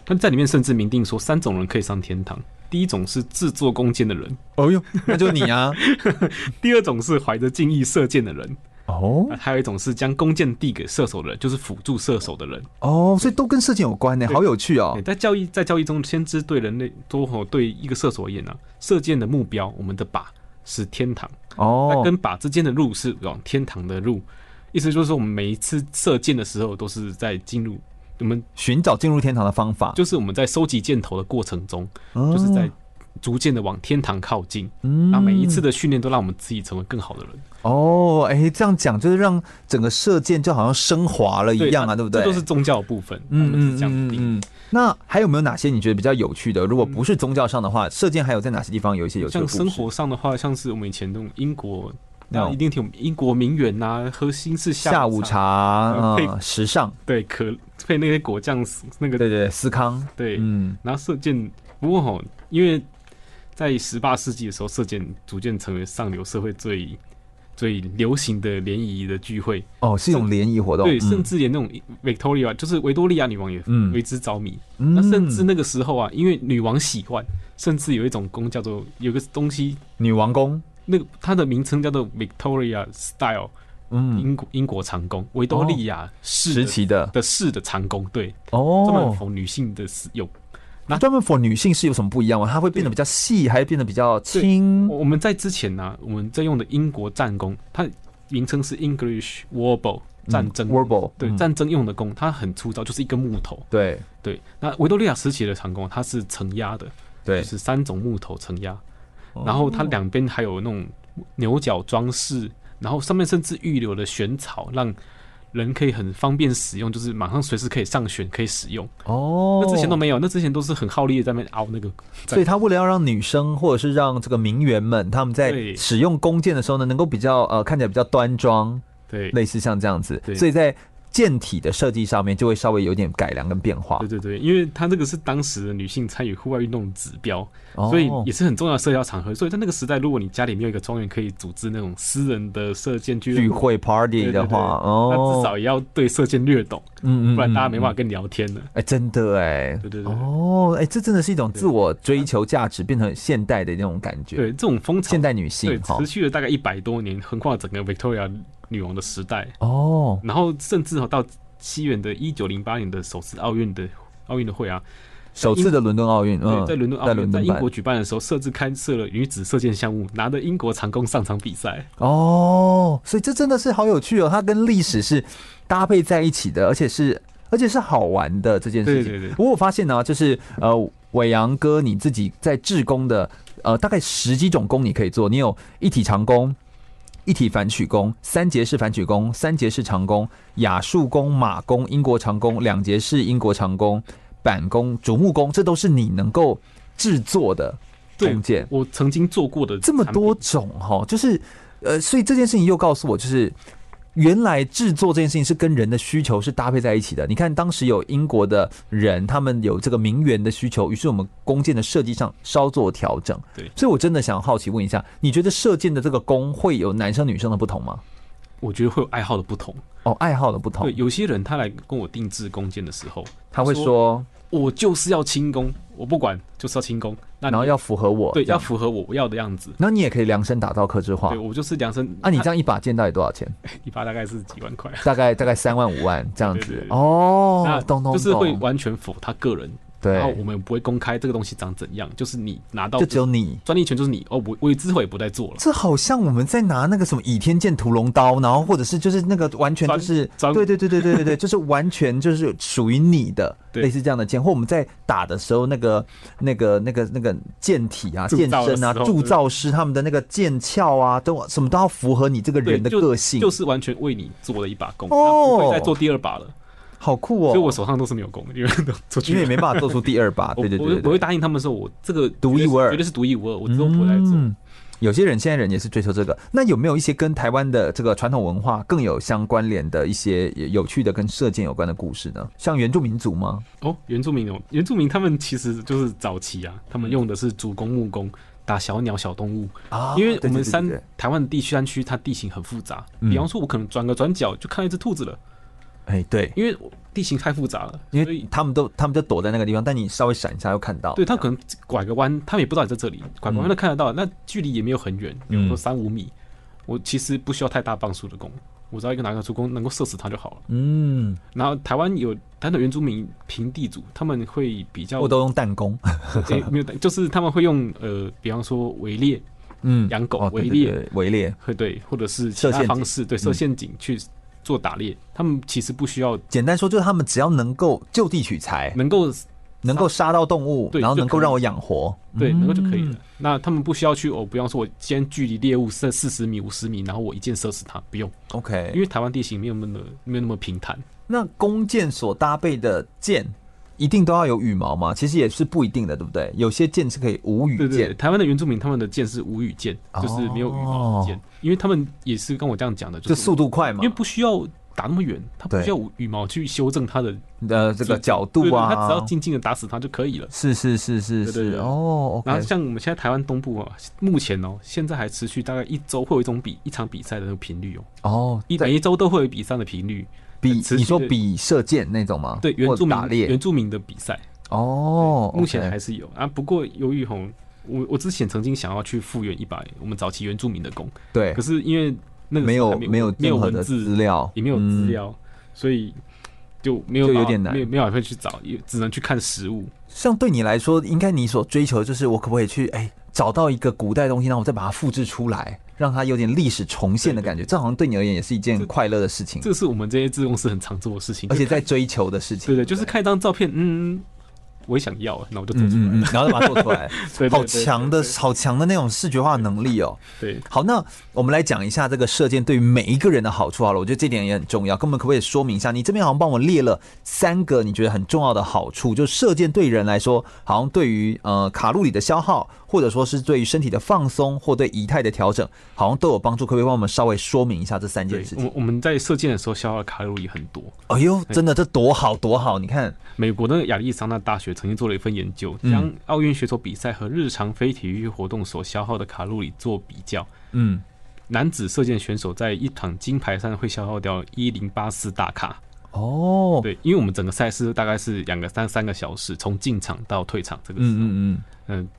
他们在里面甚至明定说三种人可以上天堂。第一种是制作弓箭的人，
哦呦，那就你啊，
第二种是怀着敬意射箭的人，
哦
啊还有一种是将弓箭递给射手的人，就是辅助射手的人。
哦，所以都跟射箭有关呢，好有趣哦
对，。在教义在教义中，先知对人类多吼对一个射手而言啊，射箭的目标，我们的靶是天堂，那
哦，
跟靶之间的路是往天堂的路，意思就是说，我们每一次射箭的时候，都是在进入我们
寻找进入天堂的方法，
就是我们在收集箭头的过程中，
啊哦
就是在逐渐的往天堂靠近。
嗯
那每一次的训练都让我们自己成为更好的人，
哦，哎，这样讲就是让整个射箭就好像升华了一样啊，对不对？
这都是宗教的部分，我
嗯
们
嗯
是这样
嗯
定。
嗯。那还有没有哪些你觉得比较有趣的？如果不是宗教上的话，射箭还有在哪些地方有一些有趣的故
像
事
生活上的话，像是我们以前那种英国，
那
那
种
一定听我们英国名媛呐、核心是
下午
午
茶
茶，
啊、
配
嗯时尚，
对，可配那些果酱那个
对对对，思康，
对，
嗯，
然后射箭，不过吼，因为在十八世纪的时候，射箭逐渐成为上流社会最最流行的联谊的聚会，
哦，是一种联谊活动，
对，
嗯
甚至连那种 Victoria，就是维多利亚女王也
嗯
为之着迷。
嗯
那甚至那个时候啊，因为女王喜欢，甚至有一种弓叫做有个东西，
女王宫，
那个它的名称叫做 Victoria Style，
嗯，
英国英国长弓，维多利亚式
时
的
期的
的式的长弓，对，专门
哦，
否女性的使用。
那专门 for 女性是有什么不一样吗？它会变得比较细，还是变得比较轻？
我我们在之前呢、我们在用的英国战弓，它名称是 English Warble 战争、
嗯 warble，
对、
嗯
战争用的弓，它很粗糙，就是一根木头。
对
对，那维多利亚时期的长弓，它是承压的，
对哦
就是三种木头承压，然后它两边还有那种牛角装饰，然后上面甚至预留了悬草，让人可以很方便使用，就是马上随时可以上旋可以使用。
哦，
那之前都没有，那之前都是很耗力的在那边凹那个
所以他为了要让女生或者是让这个名媛们，他们在
对
使用弓箭的时候呢，能够比较呃看起来比较端庄，
对
类似像这样子，
对
所以在箭体的设计上面就会稍微有点改良跟变化
对。对对，因为它这个是当时的女性参与户外运动的指标，
哦
所以也是很重要的社交场合。所以在那个时代，如果你家里没有一个庄园可以组织那种私人的射箭俱乐
聚
部
会 party
对对
的话，
对
哦，
那至少也要对射箭略懂，
嗯
不然大家没办
法。
法跟你聊天了。
哎，真的哎，
对对对
哦，哎，这真的是一种自我追求价值，变成现代的那种感觉。
对，，这种风潮
现代女
对
性哈
持，续了大概一百多年，横跨整个 Victoria 女王的时代，
哦，
然后甚至哦到西元的一九零八年的首次奥运的奥运的会啊，
首次的伦敦奥运，嗯，
对，在伦敦奥
在
运
伦
在
敦
英
办
国举办的时候，设置开设了女子射箭项目，拿着英国长弓上场比赛。
哦，所以这真的是好有趣哦，它跟历史是搭配在一起的，而且是而且是好玩的这件事情。
对对对
不过我发现呢、就是呃，伟阳哥你自己在志工的呃大概十几种工你可以做，你有一体长工。一体反曲弓、三节式反曲弓、三节式长弓、亚束弓、马弓、英国长弓、两节式英国长弓、板弓、竹木弓，这都是你能够制作的
对
弓箭。
我曾经做过的
这么
产品
多，种哈，就是呃，所以这件事情又告诉我，就是原来制作这件事情是跟人的需求是搭配在一起的。你看，当时有英国的人，他们有这个名媛的需求，于是我们弓箭的设计上稍作调整。
对
所以我真的想好奇问一下，你觉得射箭的这个弓会有男生女生的不同吗？
我觉得会有爱好的不同。
哦，爱好的不同
对，，有些人他来跟我定制弓箭的时候，
他会说，
我就是要轻功，我不管，就是要轻功。那你
然后要符合我，
啊对
这
要
样，
符合我要的样子。
然后你也可以量身打造克制化
对。我就是量身
啊，你这样一把剑到底多少钱？
一把大概是几万块，
大概大概三万五万这样
对
子
对对
哦
那，
懂懂
就是会
懂，
完全否他个人，然后我
对，
们不会公开这个东西长怎样，就是你拿到
就只有你。
专利权就是你哦，我我之后也不再做了。
这好像我们在拿那个什么倚天剑、屠龙刀，然后或者是就是那个完全就是，
专专
对对对对对对 对，就是完全就是属于你的，
对
类似这样的剑，或我们在打的时候那个那个那个那个剑体啊、
铸
剑
造的
身啊、
时候
铸造师他们的那个剑鞘啊，都什么都要符合你这个
对，
人的
就
个性，
就是完全为你做了一把弓，
哦
那不会再做第二把了。
好酷哦。
所以我手上都是没有弓，因为都出去
因为
了。
也没办法做出第二把，
我
对对对
我会我会
对对。
答应他们说，我这个
独一无二
绝对是独一无二，我之后不会再做。
嗯有些人现在人也是追求这个，那有没有一些跟台湾的这个传统文化更有相关联的一些有趣的跟射箭有关的故事呢？像原住民族吗？
哦，原住民哦，原住民他们其实就是早期啊，
嗯
他们用的是竹弓、木弓打小鸟、小动物，
啊
因为我们
三
山台湾的地区山区，它地形很复杂。
嗯
比方说，我可能转个转角就看到一只兔子了，
哎对，
因为我地形太复杂了，
因
所以
为他哦们都他们就躲在那个地方，但你稍微闪一下又看到。
对他可能拐个弯，他们也不知道你在这里，拐个弯都看得到，那距离也没有很远，比如说
嗯
三五米，我其实不需要太大磅数的弓，我只要一个拿个竹弓能够射死它就好了。
嗯，
然后台湾有台的原住民平地主，他们会比较
我都用弹弓。
嗯诶没有，就是他们会用呃，比方说围猎，
嗯，
养狗
哦对
围
对
猎
对围猎
会对，或者是
设陷
其他
阱
方式对设
嗯
陷阱去做打猎，他们其实不需要
简单说就是他们只要能够就地取材，
能够
能够杀到动物，
对
然后
就
能够
可以
让我养活。嗯
对能够就可以了。那他们不需要去哦，比方说我今天距离猎物剩四十米、五十米，然后我一箭射死它，不用，
OK，
因为台湾地形没有那么没有那么平坦。
那弓箭所搭配的箭，一定都要有羽毛吗？其实也是不一定的，对不对？有些箭是可以无羽
对对，对
箭，
台湾的原住民他们的箭是无羽箭，就是没有羽毛的箭，
哦
因为他们也是跟我这样讲的，
就
就是
速度快嘛
因为。不需要打那么远，他不
对
需要羽毛去修正它的
呃，这个角
对
度
对他只要
啊，
静静的打死它就可以了。
是是是是
对对
是，
对
哦
然后
，OK，
像我们现在台湾东部啊，目前哦，现在还持续大概一周会有一种比一场比赛的那个频率哦，
哦，
一
对
每一周都会有比赛的频率。
比
持续
你说
的
比射箭那种吗？
对原
或
住民
打
原
猎
住民的比赛，
哦，
目前还
是
是有啊。不过由于吼，我我之前曾经想要去复原一把我们早期原住民的弓，
对
可，是因为那个
没
时候
有
还没
没有
有没有
任何
文
的资
字，
料，
也没有资
嗯，
料，所以就没有
就有
办法
点难
没有没有办法去找，也只能去看实物。
像对你来说，应该你所追求的就是我可不可以去哎找到一个古代的东西，然后我再把它复制出来，让它有点历史重现的感觉。这好像对你而言也是一件快乐的事情，
这是我们这些自贡是很常做的事情，
而且在追求的事情。
对对，就是看一张照片，嗯，我也想要，那我就做
嗯
出来
嗯嗯
了。，
然后就把它做出来，
对对对
好强的
对
好强的那种视觉化能力哦。
对，
好，那我们来讲一下这个射箭对于每一个人的好处啊好了，我觉得这点也很重要。跟我们可不可以说明一下？你这边好像帮我列了三个你觉得很重要的好处，就射箭对人来说，好像对于呃卡路里的消耗，或者说是对于身体的放松，或对仪态的调整，好像都有帮助。可不可以帮我们稍微说明一下这三件
对
事，
我
情
们？我们在射箭的时候消耗的卡路里很多。
哎呦，真的这多好多好！你看，
美国的亚利桑那大学曾经做了一份研究，
嗯
将奥运选手比赛和日常非体育活动所消耗的卡路里做比较。
嗯，
男子射箭选手在一场金牌上会消耗掉一零八四大卡，
哦，
对，因为我们整个赛事大概是两个三三个小时，从进场到退场这个时候，嗯
嗯嗯嗯，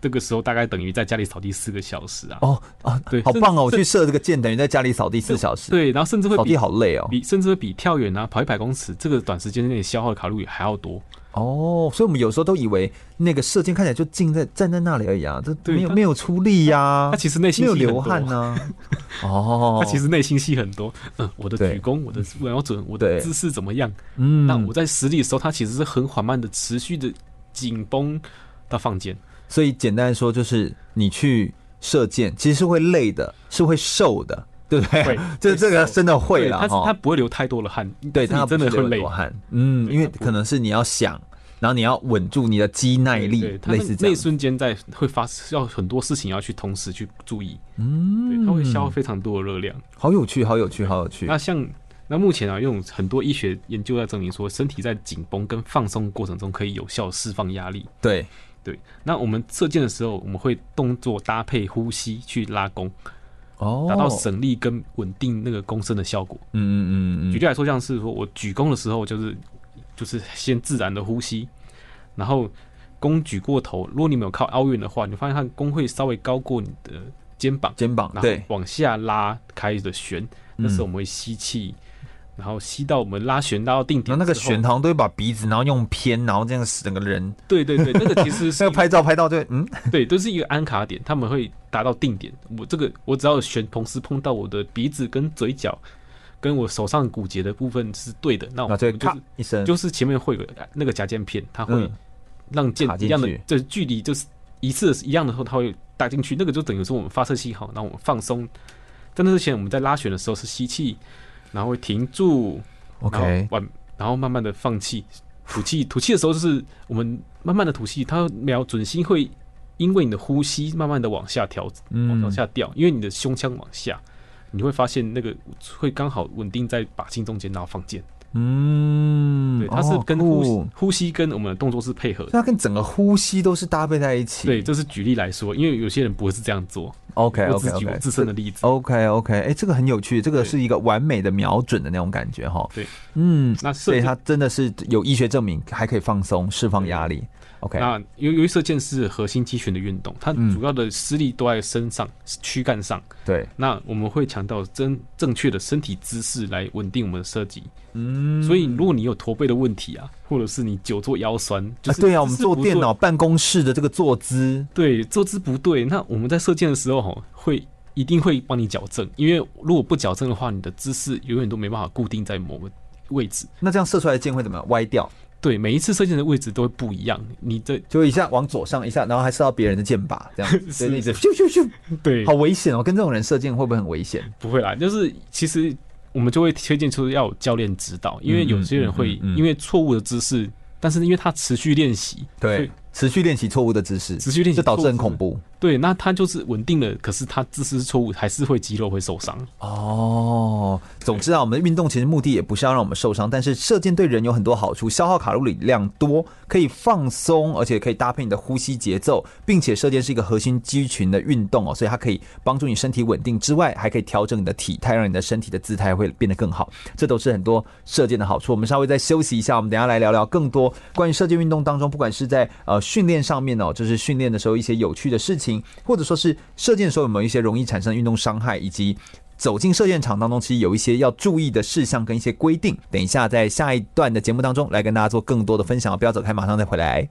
这个时候大概等于在家里扫地四个小时啊，
哦啊，
对
好棒哦！我
这
去射这个箭，等于在家里扫地四小时，
对，然后甚至会
扫
比
地好累哦。
比甚至会比跳远啊、跑一百公尺这个短时间内消耗的卡路里还要多。
哦，所以我们有时候都以为那个射箭看起来就静在站在那里而已啊，这
对
没有
他
没有出力呀、
他其实内心
没有
戏
流
很多
汗呐、 哦，
他其实内心戏很多。嗯，我的
对嗯
举弓、我的瞄准、我
对
的姿势怎么样？
嗯，
那我在实力的时候，他其实是很缓慢的、持续的紧绷到放箭。
所以简单说就是你去射箭其实是会累的，是会瘦的，对不对
会？
这
会
这个
瘦
真的会
对，
了
他他
哈。
不会流太多的汗，
对，
但是
他
你真的会累。
汗，嗯，
对
因为
它不
可能是你要想，然后你要稳住你的肌耐
对
力
对，他
类
那
似这
那
样。
瞬间在会发要很多事情要去同时去注意，嗯，对，他会消耗非常多的热量。
好有趣，好有趣，好有趣
那。像那目前啊，用很多医学研究在证明说，身体在紧绷跟放松过程中可以有效释放压力。
对，
对，那我们射箭的时候，我们会动作搭配呼吸去拉弓，
哦
达到省力跟稳定那个弓身的效果。
嗯嗯嗯嗯，
举例来说，像是说我举弓的时候，就是就是先自然的呼吸，然后弓举过头。如果你没有靠凹运的话，你发现它弓会稍微高过你的肩膀，
肩膀
然后
对，嗯
往下拉开的旋。那时候我们会吸气，然后吸到我们拉弦拉到定点之
然
后。
后那个悬堂都会把鼻子，然后用偏，然后这样死整个人，
对对对，那个 其实是
那个拍照拍到就嗯，
对，都是一个安卡点，他们会达到定点。我这个我只要选同时碰到我的鼻子跟嘴角，跟我手上骨节的部分是对的，那我
然后就
们哦就
会啊咔
是
一声，
就是前面会有个那个夹剑片，它会
嗯
让剑
卡进
一样的
去，
就是距离就是一次一样的时候，它会打进去，那个就等于说我们发射信号，然后我们放松。在那之前，我们在拉弦的时候是吸气，然后会停住，然后
OK，
完，然后慢慢的放气，吐气，吐气的时候就是我们慢慢的吐气，它瞄准心会因为你的呼吸慢慢的往下调，往
嗯
往下掉，因为你的胸腔往下，你会发现那个会刚好稳定在靶心中间，然后放箭。
嗯，
对，它是
哦
跟呼吸、
酷
呼吸跟我们的动作是配合
所以
的。
它跟整个呼吸都是搭配在一起。
对，这是举例来说，因为有些人不会是这样做。
，OK
我
OK
只举我
OK
自身的例子。
OK OK，哎、这个很有趣，这个
对
是一个完美的瞄准的那种感觉哈。
对，
嗯，
那
所
射
以
箭
它真的是有医学证明，还可以放松、释放压力。OK，
那由由于射箭是核心肌群的运动，它
嗯
主要的施力都在身上、躯干上。
对，
那我们会强调正正确的身体姿势来稳定我们的射击。嗯，所以如果你有驼背的问题啊，或者是你久坐腰酸，就是、
啊、对啊，我们坐电脑，办公室的这个坐姿，
对坐姿不对，那我们在射箭的时候吼会一定会帮你矫正，因为如果不矫正的话，你的姿势永远都没办法固定在某个位置。
那这样射出来的箭会怎么样？歪掉，
对，每一次射箭的位置都会不一样，你的
就一下往左上一下，然后还射到别人的箭靶， 这样子，所以一直咻咻咻，
对
好危险哦！跟这种人射箭会不会很危险？
不会啦，就是其实我们就会推荐出要有教练指导，因为有些人会
嗯嗯嗯嗯
因为错误的姿势，但是因为他持续练习，
对
对，
持续练习错误的姿势，
持续练习
这导致
错误
很
姿势
恐怖
对，那他就是稳定了，可是他姿势是错误，还是会肌肉会受伤。
哦。总之啊，我们运动其实目的也不是要让我们受伤，但是射箭对人有很多好处，消耗卡路里量多，可以放松，而且可以搭配你的呼吸节奏，并且射箭是一个核心肌群的运动哦，所以它可以帮助你身体稳定之外，还可以调整你的体态，让你的身体的姿态会变得更好。这都是很多射箭的好处。我们稍微再休息一下，我们等一下来聊聊更多关于射箭运动当中，不管是在呃训练上面哦，就是训练的时候一些有趣的事情，或者说是射箭的时候有没有一些容易产生的运动伤害，以及。走进射箭场当中，其实有一些要注意的事项跟一些规定。等一下，在下一段的节目当中来跟大家做更多的分享哦，不要走开，马上再回来。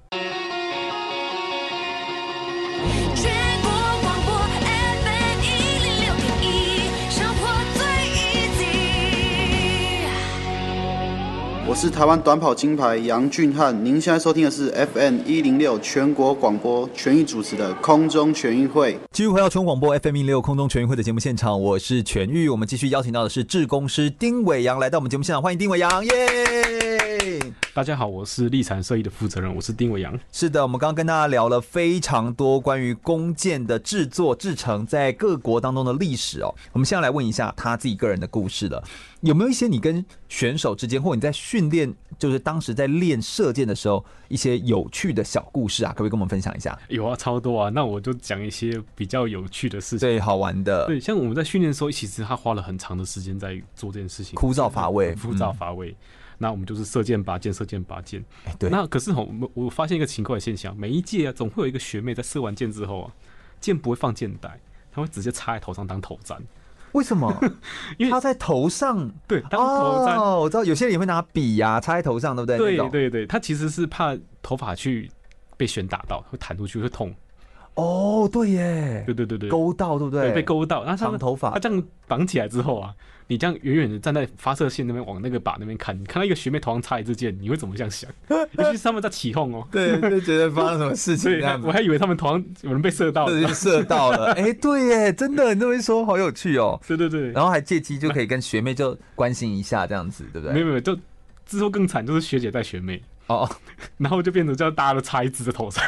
全国广播 FM 一零六点一，生活最 easy。
我是台湾短跑金牌杨俊翰，您现在收听的是 FN 一零六全国广播全域主持的空中全运会。
继续回到全国广播 FM 一六空中全运会的节目现场，我是全玉。我们继续邀请到的是志工师丁伟阳来到我们节目现场，欢迎丁伟阳，耶、
大家好，我是立产射艺的负责人，我是丁伟阳。
是的，我们刚刚跟大家聊了非常多关于弓箭的制作、制成在各国当中的历史哦。我们现在来问一下他自己个人的故事了，有没有一些你跟选手之间，或你在训练，就是当时在练射箭的时候一些有趣的小故事啊？可不可以跟我们分享一下？
有啊，超多啊，那我就讲一些比较有趣的事情。
最好玩的，
对，像我们在训练的时候，其实他花了很长的时间在做这件事情，
枯燥乏味嗯
枯燥乏味。那我们就是射箭拔箭，射箭拔箭。
哎对，
那可是吼，我们我发现一个奇怪的现象，每一届啊，总会有一个学妹在射完箭之后啊，箭不会放箭袋，她会直接插在头上当头簪。
为什 么？
因为
他在头上。
对，当头簪。
哦，我知道有些人也会拿笔呀、插在头上，对不对？那
对
种
对对，他其实是怕头发去被旋打到，会弹出去会痛。
哦，对耶，
对对对对，
勾到，对不对？
对被勾到，然后他
长头发
他这样绑起来之后啊，你这样远远的站在发射线那边往那个靶那边看，你看到一个学妹头上插一支箭，你会怎么 样想？尤其是他们在起哄哦，
对，就觉得发生什么事情
所
这
以
样子
我。还以为他们头上有人被射到。
这就射到 了，哎、对耶，真的，你这么一说，好有趣哦。
对对对，
然后还借机就可以跟学妹就关心一下，这样子，对不
没
对？
有没有，就之后更惨，就是学姐带学妹，
哦，
然后就变成叫大家都插一支在头上，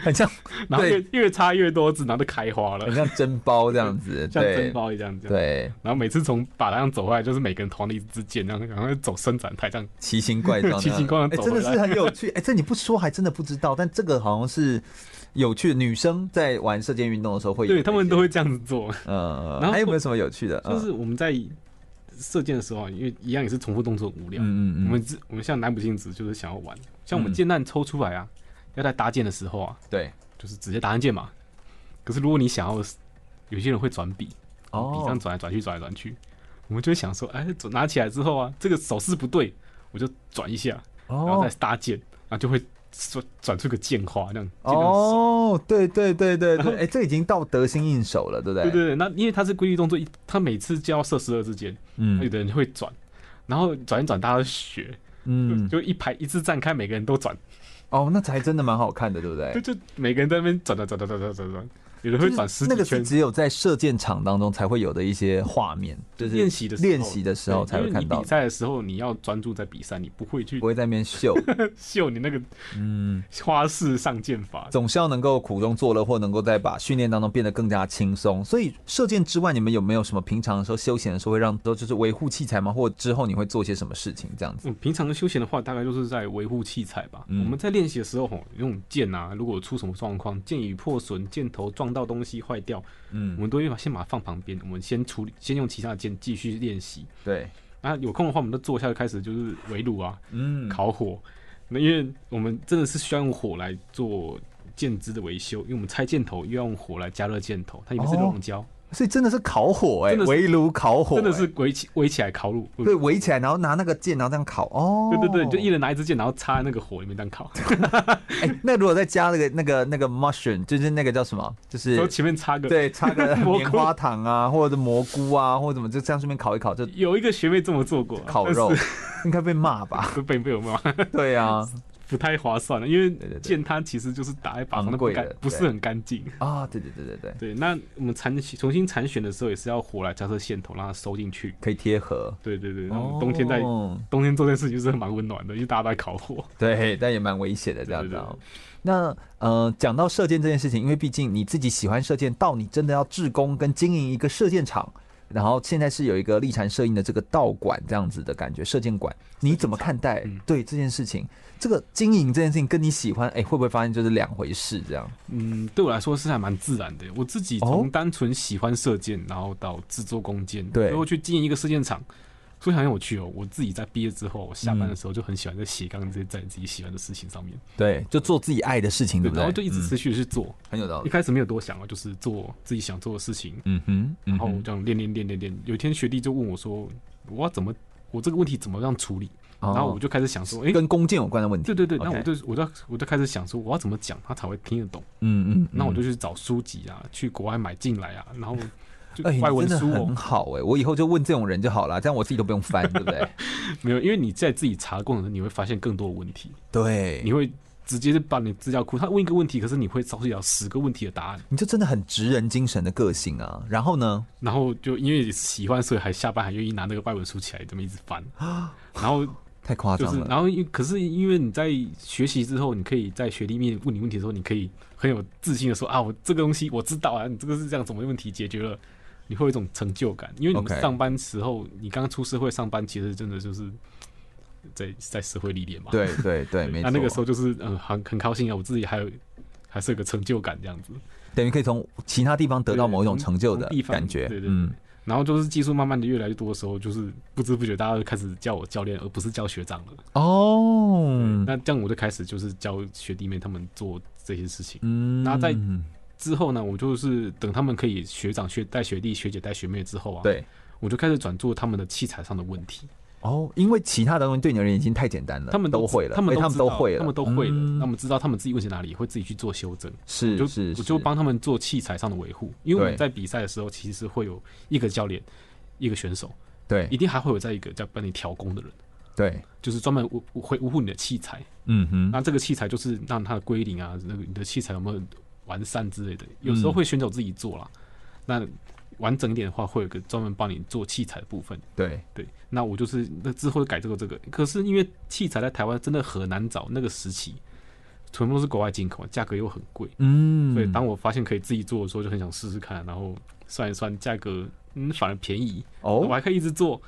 很像，
然后越
对，
越插越多支，然后就开花了
很，像针包这样 子，
像
对
针，包一样这样。
对，
然后每次从靶台上走回来，就是每个人头上的一支箭，然后然后走伸展台这样。
奇形怪状那样，
奇形怪状
哎、
走
真的
回来
是很有趣，哎、这你不说还真的不知道，但这个好像是有趣的女生在玩射箭运动的时候会嗯有
对他们都
会
会这样子做。
呃，
然后
还有没有什么有趣的？
就是我们在射箭的时候啊，因为一样也是重复动作无聊，
嗯嗯嗯
我们只我们像南浦性子就是想要玩，像我
嗯
们箭弹抽出来啊，要在搭箭的时候啊，
对
就是直接打上箭嘛。可是如果你想要，有些人会转笔，笔这
哦
样，转来转去，转来转去，我们就会想说，哎，转拿起来之后啊，这个手势不对，我就转一下，然后
哦
再搭箭，然后就会转转出个箭花这样。箭到手
哦，对对对对
然后
对，哎，这已经到得心应手了，对不对？
对对对，那因为它是规律动作，一它每次就要射十二支箭，
嗯
有的人会转，然后转一转大家都学，
嗯，
就一排一字站开，每个人都转，
哦，那才真的蛮好看的，对不对
就？就每个人在那边转转转转转转转转，有人会转十
那
几
个是
圈。
只有在射箭场当中才会有的一些画面，就是
练习的时候
练习的时候
对
才
因
会
为
看
你
到
比，赛的时候，你要专注在比赛，你不会去
不会在那边 秀。
秀你那个
嗯，
花式上剑法。
总是要能够苦中作乐，或能够在把训练当中变得更加轻松。所以射箭之外，你们有没有什么平常的时候休闲的时候会让都就是维护器材吗？或之后你会做些什么事情这样子？
嗯，平常休闲的话，大概就是在维护器材吧。
嗯
我们在练习的时候，吼，用剑啊，如果出什么状况，剑羽破损、箭头撞到东西坏掉，我
嗯，
们都会把先把它放旁边，我们先处理，先用其他的剑继续练习。
对，
那有空的话，我们就坐下来开始就是围炉啊，
嗯，
烤火。那因为我们真的是需要用火来做剑枝的维修，因为我们拆箭头又要用火来加热箭头，它里面是
哦
熔胶，
所以真的是烤火哎、
真的是
围炉烤火、
真的
哎
是围起围起来烤炉。
对围起来，然后拿那个剑，然后这样烤哦。
对对对，就一人拿一支箭，然后插在那个火里面这样烤，
哎、那如果再加那个那个那个 mushroom，就是那个叫什么，就是
然后前面插个。
对，插个
蘑菇
棉花糖啊，或者蘑菇啊，或者怎么，就这样顺便烤一烤，就
有一个学妹这么做过，
烤肉，应该被骂吧？
但是被被我骂，
对啊，
不太划算了。因为
对对
剑它其实就是打在靶
昂
上，它不
贵的
干，不是
对
很干净。
啊，对对对对对，
对，那我们残重新残选的时候，也是要火来加热线头，让它收进去。
可以贴 合。
对对对，然后冬天在、
哦
冬天做这件事情是蛮温暖的，因为大家都在烤火。
对，但也蛮危险的这样子、
对
哦
对。
那呃，讲到射箭这件事情，因为毕竟你自己喜欢射箭，到你真的要志工跟经营一个射箭场，然后现在是有一个立禅摄影的这个道馆这样子的感觉，射箭馆，你怎么看待
嗯
对这件事情？这个经营这件事情跟你喜欢，哎、会不会发现就是两回事这样？
嗯，对我来说是还蛮自然的。我自己
哦
从单纯喜欢射箭，然后到制作弓箭，
对
最后去经营一个射箭场，所以很有趣哦。我自己在毕业之后，我下
嗯
班的时候就很喜欢在斜杠这些在自己喜欢的事情上面，
对，就做自己爱的事情，对
对，
不对？
然后就一直持
嗯、
续地去做。
很有道
一
理。
开始没有多想啊，就是做自己想做的事情，
嗯哼，然
然后这样练练练练练。有一天学弟就问我说：“我要怎么，我这个问题怎么样处理？”
哦
然后我就开始想说：“诶，
跟弓箭有关的问题，
对对对，
OK
那我就我就我就开始想说，我要怎么讲他才会听得懂？
嗯嗯，
那我就
嗯。
去找书籍啊，去国外买进来啊，然后就
哎、你
外文
真的
书
很
哦，
好哎、我以后就问这种人就好了，这样我自己都不用翻，对不对？
没有，因为你在自己查过程中，你会发现更多的问题，
对，
你会直接把你资料库，他问一个问题，可是你会找到十个问题的答案，
你就真的很直人精神的个性啊。然后呢，
然后就因为喜欢，所以还下班还愿意拿那个外文书起来这么一直 翻，然后
太啊夸
就
张
是
了。
然后因为可是因为你在学习之后，你可以在学弟面问你问题的时候，你可以很有自信的说啊，我这个东西我知道啊，你这个是这样，怎么问题解决了。你会有一种成就感，因为你
OK
们上班时候你刚出社会上班，其实真的就是在在社会历练嘛。
对对 对，
对，
没错。
那那个时候就是嗯，很很高兴啊，我自己还有还是有个成就感这样子，
等于可以从其他地方得到
对
某一种成就的
从地方
感觉。嗯
对对对。然后就是技术慢慢的越来越多的时候，就是不知不觉大家就开始叫我教练，而不是叫学长了。
哦，
那这样我就开始就是教学弟妹他们做这些事情。
嗯
那在之后呢，我就是等他们可以学长学带学弟、学姐带学妹之后啊，，
对
我就开始转做他们的器材上的问题。
哦，因为其他的东西对你而言已经太简单了，
他们
都
知
会了，
他们
哎
都
他
知
们
道
都会了，
他们都会了。
嗯
那我们知道他们自己问题哪里，会自己去做修正。我
是，
就是我就是帮他们做器材上的维护，因为我们
对
在比赛的时候其实会有一个教练、一个选手，
对
一定还会有在一个在帮你调工的人，
对，
就是专门维会维护你的器材。
嗯哼，
那这个器材就是让它的归零啊，那个你的器材有没有完善之类的，有时候会选手自己做啦。那完整一点的话，会有个专门帮你做器材的部分。
对，
对，那我就是那之后改这个这个，可是因为器材在台湾真的很难找，那个时期全部都是国外进口，价格又很贵，
嗯，
所以当我发现可以自己做的时候，就很想试试看，然后算一算价格，嗯，反而便宜，我
哦，
还可以一直做，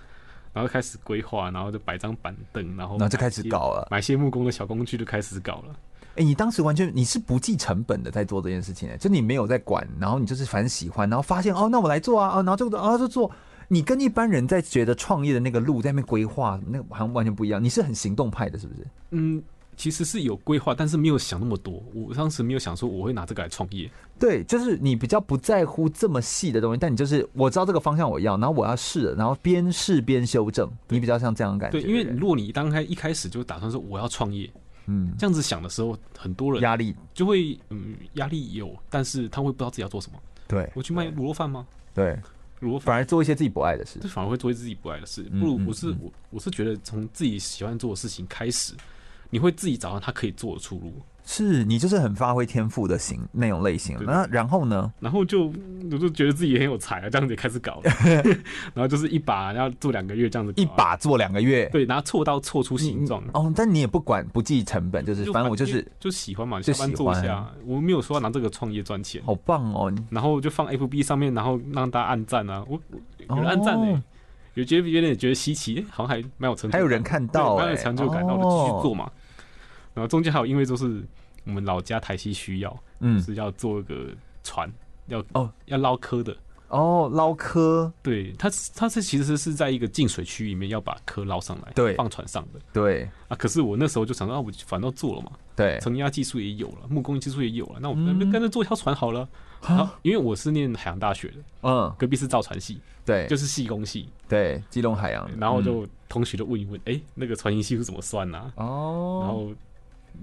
然后开始规划，然后就摆张板凳，然后
然后就
买
开始
些
搞了
买些木工的小工具就开始搞了。
哎、哎、你当时完全你是不计成本的在做这件事情、欸，就你没有在管，然后你就是反正喜欢，然后发现哦，那我来做啊，哦，然后这个啊就做。你跟一般人在觉得创业的那个路在那边规划，那个好像完全不一样。你是很行动派的，是不是？
嗯，其实是有规划，但是没有想那么多。我当时没有想说我会拿这个来创业，
对，就是你比较不在乎这么细的东西，但你就是我知道这个方向我要，然后我要试了，然后边试边修正。你比较像这样的感觉，
对，因为
不
如果你当开一开始就打算说我要创业，
嗯
这样子想的时候，很多人
压力
就会嗯压力有，但是他会不知道自己要做什么。
对
我去卖卤肉饭吗？
对，
卤肉饭
反而做一些自己不爱的事
这。反而会做自己不爱的事。不
嗯
如
嗯
我是我我是觉得从自己喜欢做的事情开始，你会自己找到他可以做的出路。
是你就是很发挥天赋的型那种类型。
对
那然后呢？
然后就我就觉得自己很有才啊，这样子也开始 搞了，然后就是一把，然后做两个月这样子搞啊，
一把做两个月，
对，然后错到错出形状。啊
哦，但你也不管不计成本，就是反正我就是
就喜欢嘛，
就
下
喜
班做一下
欢，
我没有说要拿这个创业赚钱，
好棒哦。
然后就放 FB 上面，然后让大家按赞啊，我我有人按赞呢、
哦
有觉得有点觉得稀奇，诶好像还蛮有成就感的，
还有人看到
对蛮有
诶
成就感，那我就
哦
继续做嘛。然后中间还有因为就是我们老家台西需要，
嗯，
是要做一个船，要
哦
要捞科的，
哦，捞科，
对，它是它是其实是在一个净水区里面要把科捞上来，
对
放船上的
对
啊。可是我那时候就想到，啊、我反正都做了嘛，
对，
承压技术也有了，木工技术也有了，那我们干脆做一条船好了。
啊
然后因为我是念海洋大学的，
嗯，
隔壁是造船系，
对，
就是是系工系，
对，基隆海洋，
然后
哎嗯
就同学就问一问，哎、那个船型系数怎么算啊？然
哦，
后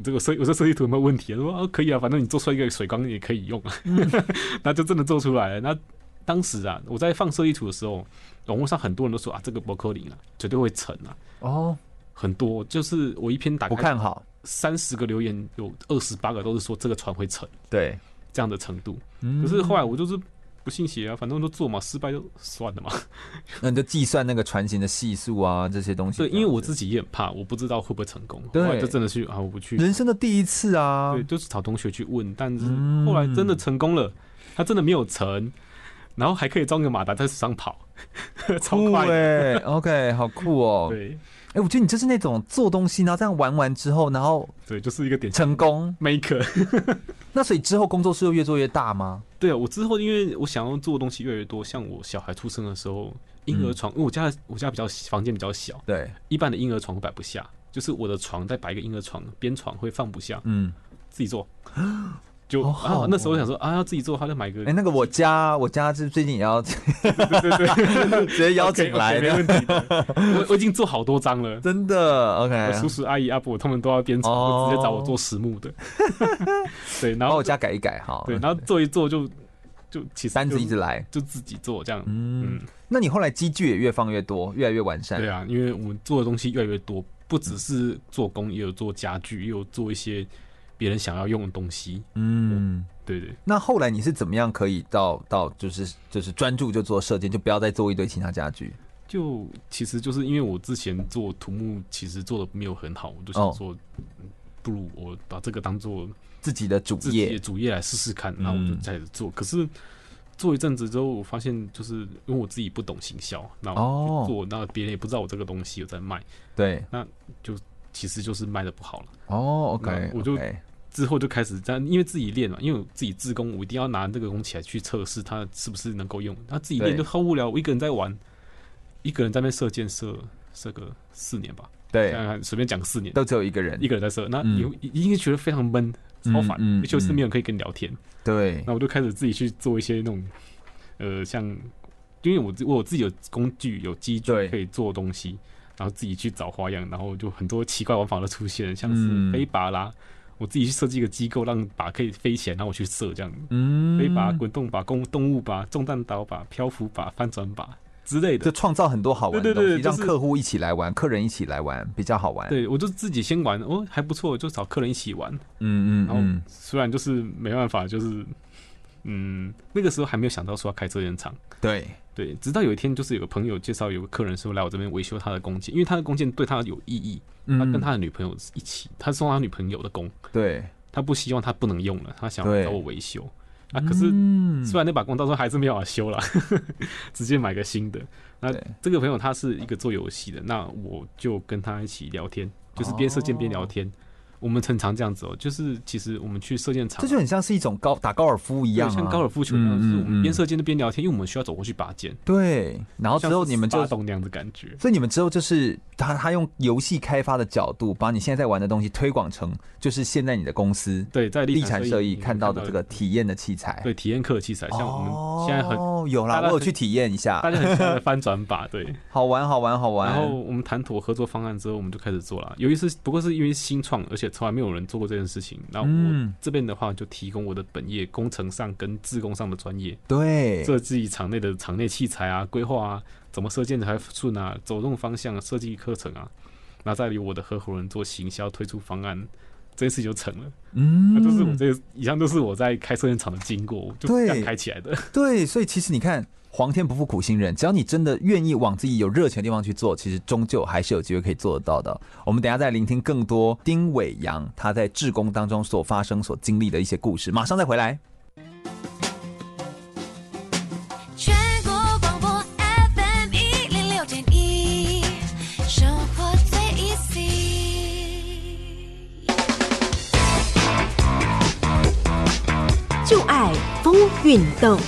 这个设我这设计图有没有问题？他说啊可以啊，反正你做出来一个水缸也可以用啊，
嗯
那就真的做出来了。那当时啊，我在放设计图的时候，网络上很多人都说啊，这个伯克林啊，绝对会成啊，
哦，
很多就是我一篇打
不
开
看好，
三十个留言，有二十八个都是说这个船会成
对，
这样的程度。
嗯
可是后来我就是不信邪啊，反正都做嘛，失败就算了嘛。
那你就计算那个船型的系数啊，这些东西。
对，因为我自己也很怕，我不知道会不会成功。后
对
来就真的去啊，我去
人生的第一次啊，
对，就是找同学去问，但是
嗯
后来真的成功了，他真的没有成，然后还可以装个马达在水上跑， 超
酷
快的。
哎、o k 好酷哦。
对
哎、我觉得你就是那种做东西，然后这样玩完之后，然后
对，就是一个典型
成功。
maker。
那所以之后工作室又越做越大吗？
对啊，我之后因为我想要做的东西越来越多，像我小孩出生的时候，婴儿
嗯
床，因为我家我家比较小房间比较小，
对，
一般的婴儿床会摆不下，就是我的床再摆一个婴儿床，边床会放不下，
嗯，
自 己做。就
好好哦
啊，那时候我想说啊，要自己做，他就买个
哎、 那个我家我家是最近也 要直 接邀请
OK，OK，
来
没
的，
问题的。我我已经做好多张了，
真的
我叔
OK。
叔阿姨阿伯他们都要编程，
哎哦
我直接找我做实 木的。对，然
把
后
我家改一改哈，
对，然后做一做就就其实
单子
就
一直来。
就自己做这样。
嗯
嗯，
那你后来机具也越放越多，越来越完善。
对啊，因为我们做的东西越来越多，不
嗯
只是做工，也有做家具，也有做一些别人想要用的东西。
嗯，
对对，
那后来你是怎么样可以到到就是就是专注就做射箭，就不要再做一堆其他家具？
就其实就是因为我之前做土木，其实做的没有很好，我就
哦
想说，嗯不如我把这个当做
自己的主
自己
业
的主业来试试看，然后我就
嗯
开始做。可是做一阵子之后，我发现就是因为我自己不懂行销，然后
哦
去做，那别人也不知道我这个东西有在卖，
对
其实就是卖的不好了。
哦，OK，
那我就
OK
之后就开始在，因为自己练嘛，因为我自己自工，我一定要拿这个东西来去测试它是不是能够用。他自己练
对
就好无聊，我一个人在玩，一个人在那边射箭射射个四年吧，想
对，
想看随便讲个四年，
都只有一个人
一，个人在射，那
嗯
你会一定觉得非常闷，超烦，
嗯嗯
而且是没有人可以跟你聊天。
对
那我就开始自己去做一些那种，呃，像，因为我自我有自己有工具有机具
对
可以做东西，然后自己去找花样，然后就很多奇怪玩法都出现，像
嗯
是飞靶啦，我自己去设计一个机构让靶可以飞起来，然后我去射这样，
嗯
飞靶、滚动靶、动动物靶、中弹导靶、漂浮靶、翻转靶之类
就
的。
创造很多好玩的
对
东西，
对对就
让
是
客户一起来玩，客人一起来玩比较好玩。，
对，我就自己先玩，哦，还不错，就找客人一起玩。
嗯嗯
然后
嗯，
虽然就是没办法，就是，嗯，那个时候还没有想到说要开这间厂，
对，
对，直到有一天，就是有个朋友介绍有个客人说来我这边维修他的弓箭，因为他的弓箭对他有意义，他
嗯
跟他的女朋友一起，他送他女朋友的弓，
对
他不希望他不能用了，他想要
对
找我维修啊。可是
嗯
虽然那把弓到时候还是没有办法修了， 直接买个新的。那
对
这个朋
哦
友他是一个做游戏的，那我就跟他一起聊天，就是边射箭边聊天。我们很常这样子哦、就是其实我们去射箭场
这就
啊。
很像是一种高打高尔夫一
一
样、啊，
像高尔夫球一样，
嗯
就是我
嗯嗯
们边射箭边聊天，因为我们需要走过去拔箭，
对，然后之后
像是
哦你们就
发动那样的感觉。
所以你们之后就是他他用游戏开发的角度，把你现在在玩的东西推广成就是现在你的公司
对，在
地
立
产
设
设计看到的这个体验的器材。
对体验课的器材，像我们现在很、
哦，有啦，
大家
我有
很
去体验一下
大，家很喜欢的翻转把， 对。
好玩好玩好玩。
然后我们谈妥合作方案之后，我们就开始做了。由于是不过是因为新创，而且从来没有人做过这件事情。然后
嗯
我这边的话，就提供我的本业工程上跟自工上的专业，
对，
设计场内的场内器材啊、规划啊，怎么射箭才顺啊，走动方向、啊、设计课程啊，然后再由我的合伙人做行销、推出方案，这件事就成了。那都是我
嗯，
这以上都是我在开射箭场的经过，我就
对
这样开起来的。
对，所以其实你看，皇天不负苦心人，只要你真的愿意往自己有热情的地方去做，其实终究还是有机会可以做得到的。我们等一下再聆听更多丁伟阳他在志工当中所发生、所经历的一些故事，马上再回来。
全国广播 FM 一零六点一，生活最 easy。
就爱风运动。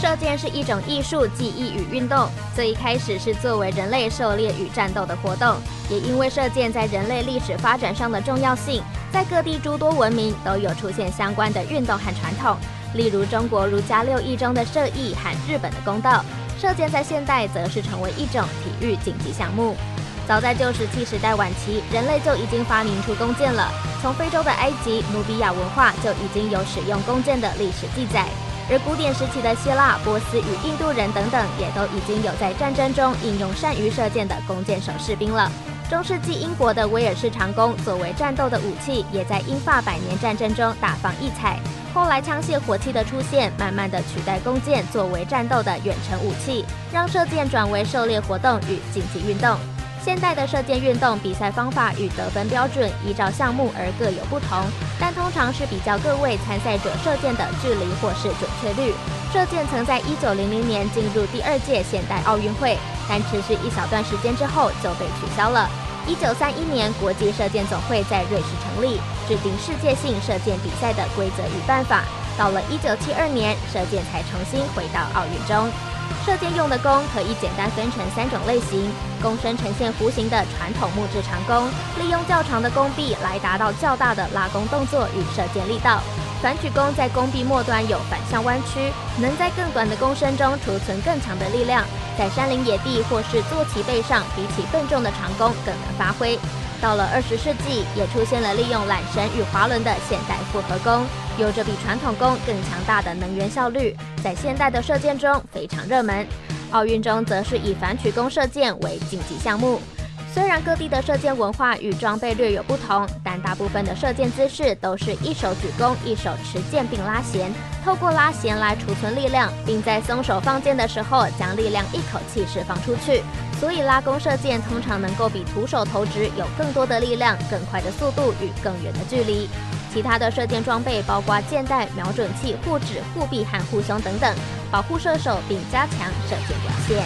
射箭是一种艺术、技艺与运动，最一开始是作为人类狩猎与战斗的活动。也因为射箭在人类历史发展上的重要性，在各地诸多文明都有出现相关的运动和传统，例如中国儒家六艺中的射艺和日本的弓道。射箭在现代则是成为一种体育竞技项目。早在旧石器时代晚期，人类就已经发明出弓箭了。从非洲的埃及、努比亚文化就已经有使用弓箭的历史记载，而古典时期的希腊、波斯与印度人等等，也都已经有在战争中应用善于射箭的弓箭手士兵了。中世纪英国的威尔士长弓作为战斗的武器，也在英法百年战争中大放异彩。后来枪械火器的出现，慢慢的取代弓箭作为战斗的远程武器，让射箭转为狩猎活动与竞技运动。现代的射箭运动比赛方法与得分标准依照项目而各有不同，但通常是比较各位参赛者射箭的距离或是准确率。射箭曾在1900年进入第二届现代奥运会，但持续一小段时间之后就被取消了。1931年，国际射箭总会在瑞士成立，制定世界性射箭比赛的规则与办法。到了1972年，射箭才重新回到奥运中。射箭用的弓可以简单分成三种类型：弓身呈现弧形的传统木质长弓，利用较长的弓臂来达到较大的拉弓动作与射箭力道；反曲弓在弓臂末端有反向弯曲，能在更短的弓身中储存更强的力量，在山林野地或是坐骑背上，比起笨重的长弓更能发挥。到了二十世纪，也出现了利用缆绳与滑轮的现代复合弓，有着比传统弓更强大的能源效率，在现代的射箭中非常热门。奥运中则是以反曲弓射箭为竞技项目。虽然各地的射箭文化与装备略有不同，但大部分的射箭姿势都是一手举弓，一手持箭并拉弦，透过拉弦来储存力量，并在松手放箭的时候将力量一口气释放出去。所以拉弓射箭通常能够比徒手投掷有更多的力量、更快的速度与更远的距离。其他的射箭装备包括箭袋、瞄准器、护指、护臂和护胸等等，保护射手并加强射箭表现。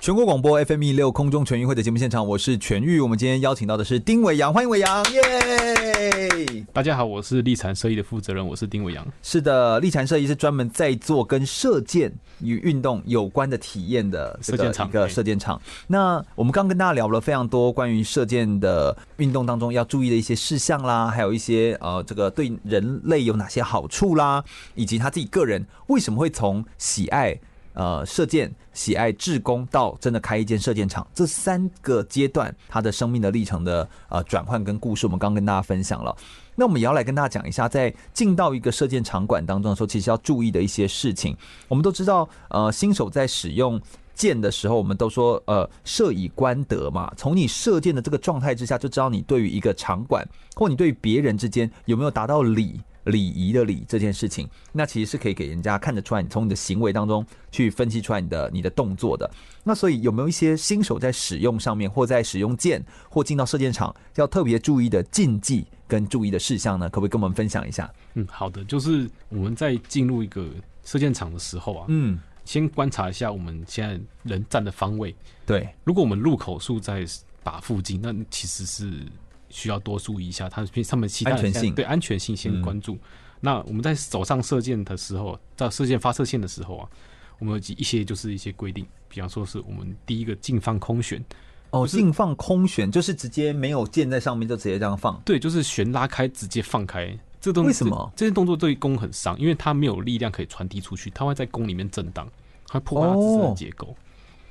全国广播 FM 一六空中全运会的节目现场，我是全玉。我们今天邀请到的是丁伟阳，欢迎伟阳，耶、
大家好，我是立产设计的负责人，我是丁伟阳。
是的，立禅社一是专门在做跟射箭与运动有关的体验的这
射
个
箭场哎
一个射箭场。那我们刚刚跟大家聊了非常多关于射箭的运动当中要注意的一些事项啦，还有一些呃这个对人类有哪些好处啦，以及他自己个人为什么会从喜爱。呃，射箭喜爱志工到真的开一间射箭场，这三个阶段他的生命的历程的呃转换跟故事，我们刚刚跟大家分享了。那我们也要来跟大家讲一下，在进到一个射箭场馆当中的时候，其实要注意的一些事情。我们都知道，呃，新手在使用箭的时候，我们都说，呃，射以观德嘛。从你射箭的这个状态之下，就知道你对于一个场馆或你对于别人之间有没有达到礼。礼仪的礼这件事情，那其实是可以给人家看得出来，你从你的行为当中去分析出来你的你的动作的。那所以有没有一些新手在使用上面，或在使用箭或进到射箭场要特别注意的禁忌跟注意的事项呢？可不可以跟我们分享一下？
嗯，好的，就是我们在进入一个射箭场的时候啊，
嗯，
先观察一下我们现在人站的方位。
对，
如果我们入口数在靶附近，那其实是需要多注意一下，它他们其他人
安全性嗯
对安全性先关注。那我们在手上射箭的时候，在射箭发射线的时候啊，我们有几一些就是一些规定，比方说是我们第一个禁放空旋，
哦，
就是
硬放空旋就是直接没有箭在上面就直接这样放，
对，就是弦拉开直接放开。这动
为什么
这这些动作对弓很伤？因为它没有力量可以传递出去，它会在弓里面震荡，它会破坏它自身的
哦
结构。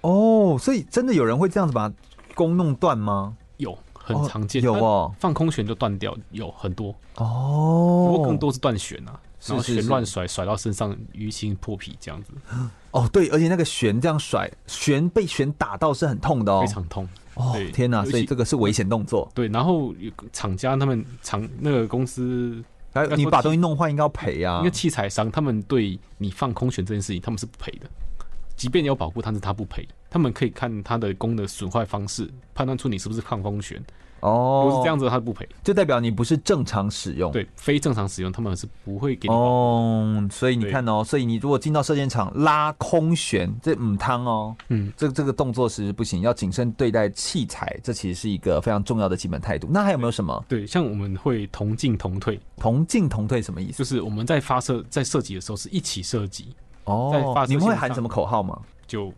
哦，所以真的有人会这样子把弓弄断吗？
有很
哦
常见，
有
它
哦
放空旋就断掉，有很多。
哦，
不过更多是断弦啊，
是
然后
是
弦
是
乱甩，甩到身上淤青破皮这样子，
哦，对，而且那个弦这样甩，弦被弦打到是很痛的哦，
非常痛。
哦
对，
天哪！
尤其
所以这个是危险动作，
对，然后有厂家他们厂那个公司
还有
应该
哎你
说
把
器
东西弄坏应该要赔啊
因为。器材商，他们对你放空弦这件事情，他们是不赔的。即便你有保护，但是他不赔，他们可以看他的弓的损坏方式，判断出你是不是放空弦。如果
哦
是，这样子，他不赔。
就代表你不是正常使用。
对，非正常使用，他们是不会给你保护。
哦，所以你看哦，所以你如果进到射箭场拉空旋，这嗯汤哦，
嗯，
这这个动作其实不行，要谨慎对待器材，这其实是一个非常重要的基本态度。那还有没有什么
对，像我们会同进同退，
同进同退什么意思
就？是我们在发射、在射击的时候是一起射击，在
哦
发射，
你们会
线
喊
上
什么口号 吗？
就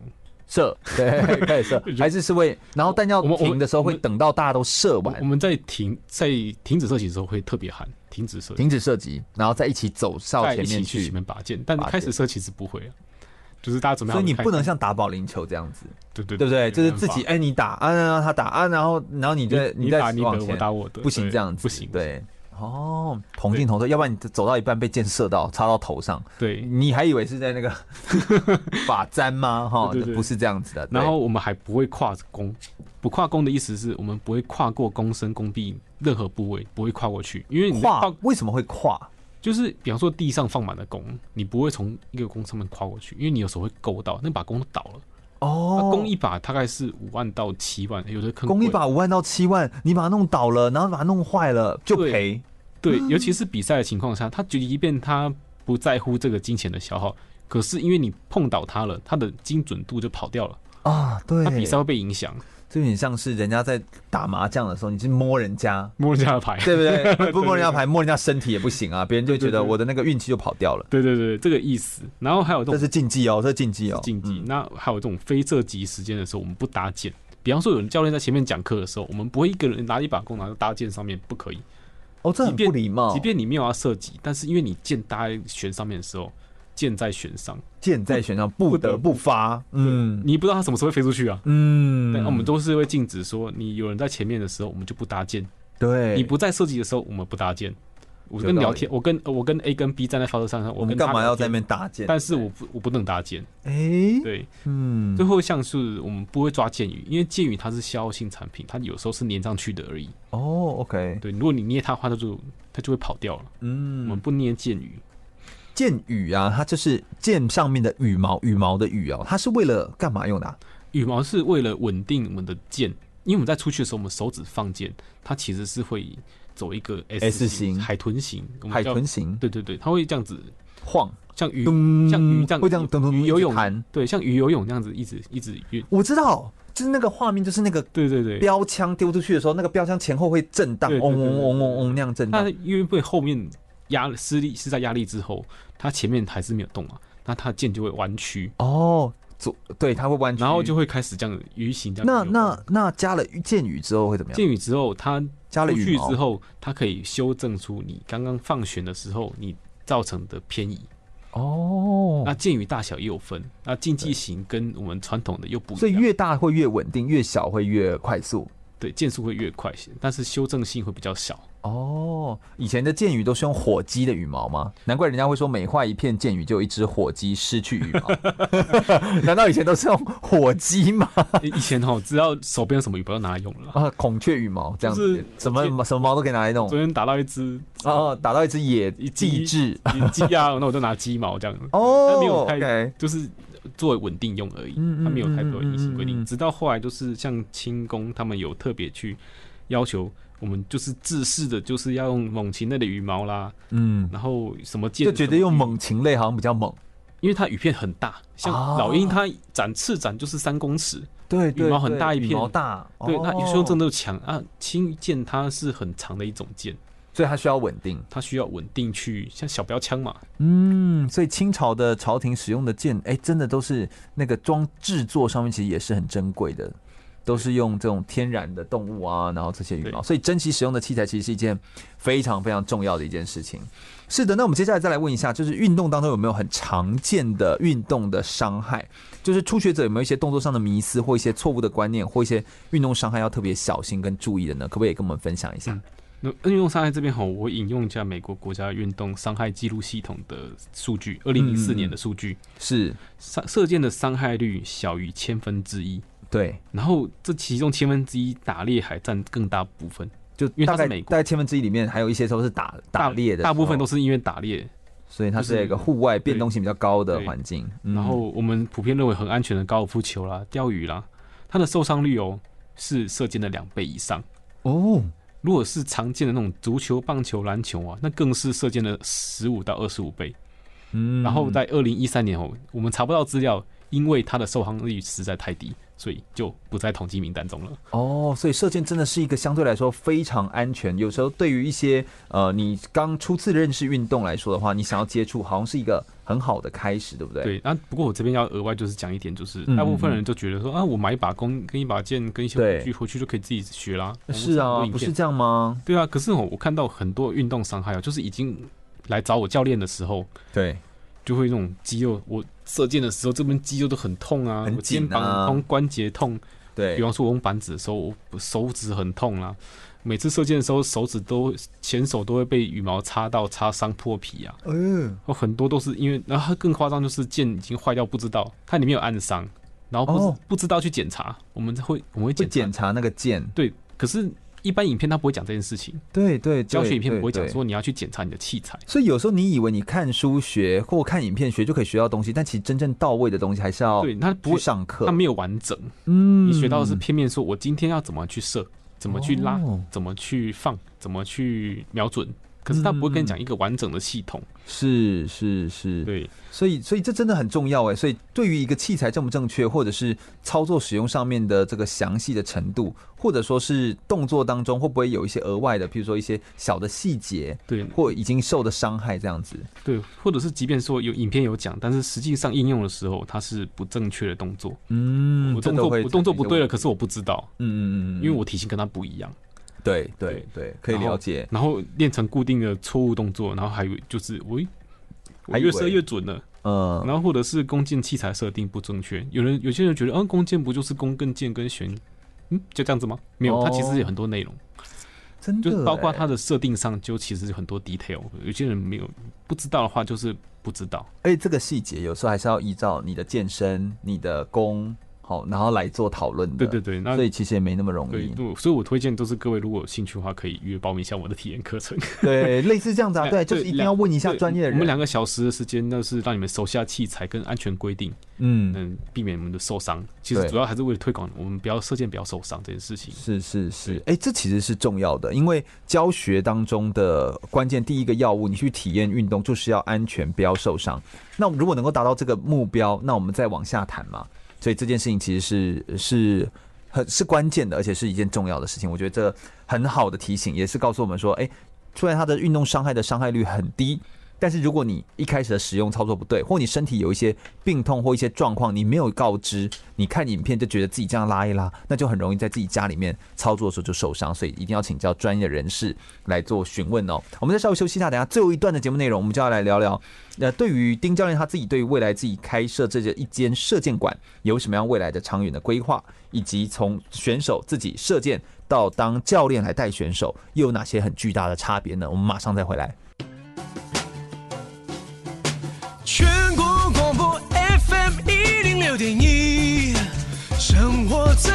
射，对，开始射，还是是会，然后弹药
我们我们
停的时候会等到大家都射
我我
完，
们在停在停止射击的时候会特别喊停止射击，
停止射击，然后再一起走到
在
前
一
面
起去前面拔箭，但
拔
开
箭
始射其实不会啊，就是大家准备好
所以你
开
不能
始
像打保龄球这样子，
对对
对不对？就是自己
没办法
哎，你打啊，然后他打啊，然后然后你再
你
再
打你
往
的，我
前，
打我的，
不行
对
这样子，
不行，
对。哦，同进同退，要不然你走到一半被箭射到，插到头上，
对。
你还以为是在那个法簪吗？哈
对对，对
不是这样子的。对
然后我们还不会跨弓，不跨弓的意思是我们不会跨过弓身、弓臂任何部位，不会跨过去，因为你在
跨
跨
为什么会跨？
就是比方说地上放满了弓，你不会从一个弓上面跨过去，因为你有时候会勾到，那把弓都倒了。那
哦，
弓一把大概是五万到七万，有的可能
弓一
贵
把五万到七万，你把它弄倒了，然后把它弄坏了就
对
赔。
对，
嗯
尤其是比赛的情况下，他即便他不在乎这个金钱的消耗，可是因为你碰倒他了，他的精准度就跑掉了，
啊，对，
他比赛会被影响，
就有点像是人家在打麻将的时候，你去摸人家，
摸人家的牌。
对不对？不摸人家牌，摸人家身体也不行啊，别人就觉得我的那个运气就跑掉了。
对对对，这个意思。然后还有
这
这种
是禁忌哦，这是禁忌哦，
竞技
嗯，
那还有这种非射击时间的时候，我们不搭箭。比方说，有人教练在前面讲课的时候，我们不会一个人拿一把弓，然后搭箭上面，不可以。
哦，这
即
很
便
不礼貌。
即便你没有要射击，但是因为你箭搭在弦上面的时候，箭在弦上，
箭在弦上，不得不发。嗯
你不知道它什么时候会飞出去啊。
嗯，
但我们都是会禁止说，你有人在前面的时候，我们就不搭箭；
对，
你不在射击的时候，我们不搭箭。我
有
跟
道理
聊天，我跟我跟 A 跟 B 站在发射场上，
我
跟
们
他
干嘛
聊
要在
天
那边？搭箭？
但是我不我不能搭箭，
哎，
对。
嗯
最，后像是我们不会抓箭鱼，因为箭鱼它是消耗性产品，它有时候是粘上去的而已。
哦，OK，
对，如果你捏它的话，它就它就会跑掉了。我们
嗯，
不捏箭鱼，
箭羽啊，它就是箭上面的羽毛，羽毛的羽哦，它是为了干嘛用的啊？
羽毛是为了稳定我们的箭，因为我们在出去的时候，我们手指放箭，它其实是会走一个 S,
S 型
海豚型，我们
海
叫
豚型
对对对，它会这样子，
晃，
像鱼
咚
像鱼这样
会这样咚咚咚
鱼游
一直弹
泳，对，像鱼游泳那样子一直一直游，
我知道，就是那个画面，就是那个
对对对。
标枪丢出去的时候，那个标枪前后会震荡，
对
嗡
对对
嗡嗡嗡嗡那样震
那
荡。
因为后面压施力施在压力之后，它前面还是没有动嘛，那它的箭就会弯曲。
哦，左对，它会弯曲，
然后就会开始这样鱼形这样
那
游动。
那那加了箭羽之后会怎么样？
箭雨之后，它
加了
出
羽
去
毛
之后，它可以修正出你刚刚放旋的时候你造成的偏移。
哦
那，箭雨大小也有分，那竞技型跟我们传统的又不
所以
一样，
越大会越稳定，越小会越快速。
对箭速会越快些，但是修正性会比较小。
哦，以前的箭羽都是用火鸡的羽毛吗？难怪人家会说每坏一片箭羽就有一只火鸡失去羽毛。难道以前都是用火鸡吗？
以以前哦，只要手边有什么羽毛就拿来用了啦。
啊，孔雀羽毛这样
就
子
是，
什么什么毛都可以拿来弄
昨。天打到一只
哦，打到一只野
一
地质。
鸡 啊，那我就拿鸡毛这样子。
哦
但没有太
OK
就是作为稳定用而已，
嗯嗯
它没有太多的硬性
嗯
规
嗯嗯
定。
嗯
直到后来就是像轻功，他们有特别去要求我们，就是制式的，就是要用猛禽类的羽毛啦，
嗯，
然后什么箭
就觉得
什么
用猛禽类好像比较猛。
因为它羽片很大，像
哦
老鹰它展翅展就是三公尺，
对对，
羽毛很
对
大一片
羽毛大，
对，那有时候
哦
真的强啊。青剑它是很长的一种剑，
所以它需要稳定。
它需要稳定去像小标枪嘛，
嗯，所以清朝的朝廷使用的剑，哎、真的都是那个装制作上面其实也是很珍贵的，都是用这种天然的动物啊，然后这些羽毛，所以珍惜使用的器材其实是一件非常非常重要的一件事情。是的，那我们接下来再来问一下，就是运动当中有没有很常见的运动的伤害？就是初学者有没有一些动作上的迷思或一些错误的观念，或一些运动伤害要特别小心跟注意的呢？可不可以也跟我们分享一下？
那运动伤害这边哈，我引用一下美国国家运动伤害记录系统的数据，二零零四年
嗯
的数据，
是
伤射箭的伤害率小于千分之一，
对，
然后这其中千分之一打猎还占更大部分，
就
因为它
大
是
概
美国
大概千分之一里面，还有一些都是打打猎的
大部分都
是，
是因为打猎，
所以它
就是是
一个户外变动性比较高的
对
环境。
然
嗯
后我们普遍认为很安全的高尔夫球啦、钓鱼啦，它的受伤率哦是射箭的两倍以上。
哦，
如果是常见的那种足球、棒球、篮球啊，那更是射箭的十五到二十五倍。
嗯
然后在二零一三年哦，我们查不到资料，因为它的受伤率实在太低，所以就不在统计名单中了。
哦，所以射箭真的是一个相对来说非常安全。有时候对于一些呃你刚初次认识运动来说的话，你想要接触，好像是一个很好的开始，对不对？，
对，那、不过我这边要额外就是讲一点，就是
嗯
大部分人都觉得说啊，我买一把弓、跟一把剑、跟一些
对
工具回去就可以自己学啦。
是
网
啊，
络上很多影片
不是这样吗？
对啊，可是哦，我看到很多运动伤害啊，就是已经来找我教练的时候，
对，
就会那种肌肉，我射箭的时候这边肌肉都很痛啊，
很
我肩
紧啊
膀痛、关节痛。
对，
比方说我用板子的时候，我手指很痛啦、每次射箭的时候，手指都前手都会被羽毛插到，擦伤破皮啊。
嗯，
哦，很多都是因为，然后更夸张就是箭已经坏掉，不知道它里面有暗伤，然后不知、
哦
不知道去检查，我们会我们
会
会检查
检查那个箭，
对，可是一般影片它不会讲这件事情，
对对，对
教学影片
对
不会讲
对
说你要去检查你的器材。
所以有时候你以为你看书学或看影片学就可以学到东西，但其实真正到位的东西还是要
对，它
哦
不
去
会
上课。
它没有完整，
嗯
你学到的是片面，说我今天要怎么去射，怎么去拉，
哦
怎么去放，怎么去瞄准。可是他不会跟你讲一个完整的系统，
是是嗯是，
对，
所以所以这真的很重要哎。所以对于一个器材正不正确，或者是操作使用上面的这个详细的程度，或者说是动作当中会不会有一些额外的，譬如说一些小的细节，
对
或已经受的伤害这样子。
对，或者是即便说有影片有讲，但是实际上应用的时候，它是不正确的动作。
嗯
我
这
动
都
作
会
我动作
产生一
不
些
对了，
问题
可是我不知道，
嗯嗯嗯嗯，
因为我体型跟他不一样，
对对对，可以
然后
了解。
然后练成固定的错误动作，然后还有就是我我
还以
越射
为
越准了，
嗯，
然后或者是弓箭器材设定不正确，有人有些人觉得，嗯、弓箭不就是弓跟箭跟弦，嗯，就这样子吗？没
哦
有，它其实有很多内容，
真的
就是包括
哎
它的设定上，就其实有很多 detail，有些人没有不知道的话，就是不知道。
而且哎这个细节有时候还是要依照你的健身、你的功，好，然后来做讨论的。
对对对，那
所以嗯其实也没那么容
对
易，。
我所以我推荐都是各位如果有兴趣的话，可以约报名一下我的体验课程。
对，类似这 样子啊，对，就是一定要问一下
对
专业的
我们
人。
两个小时的时间，那是让你们熟悉一下器材跟安全规定，
嗯，
嗯，避免你们的受伤。其实
对
主要还是为了推广，我们不要射箭不要受伤这件事情。
是是是，哎、这其实是重要的，因为教学当中的关键第一个要务，你去体验运动就是要安全，不要受伤。那如果能够达到这个目标，那我们再往下谈嘛。所以这件事情其实是是很是关键的，而且是一件重要的事情。我觉得这很好的提醒，也是告诉我们说，哎、虽然它的运动伤害的伤害率很低，但是如果你一开始的使用操作不对，或你身体有一些病痛或一些状况，你没有告知，你看影片就觉得自己这样拉一拉，那就很容易在自己家里面操作的时候就受伤，所以一定要请教专业人士来做询问哦。我们再稍微休息一下，等一下最后一段的节目内容，我们就要来聊聊，呃，对于丁教练他自己对于未来自己开设这个一间射箭馆有什么样未来的长远的规划，以及从选手自己射箭到当教练来带选手，又有哪些很巨大的差别呢？我们马上再回来。
全国广播 FM 一零六点一，生活最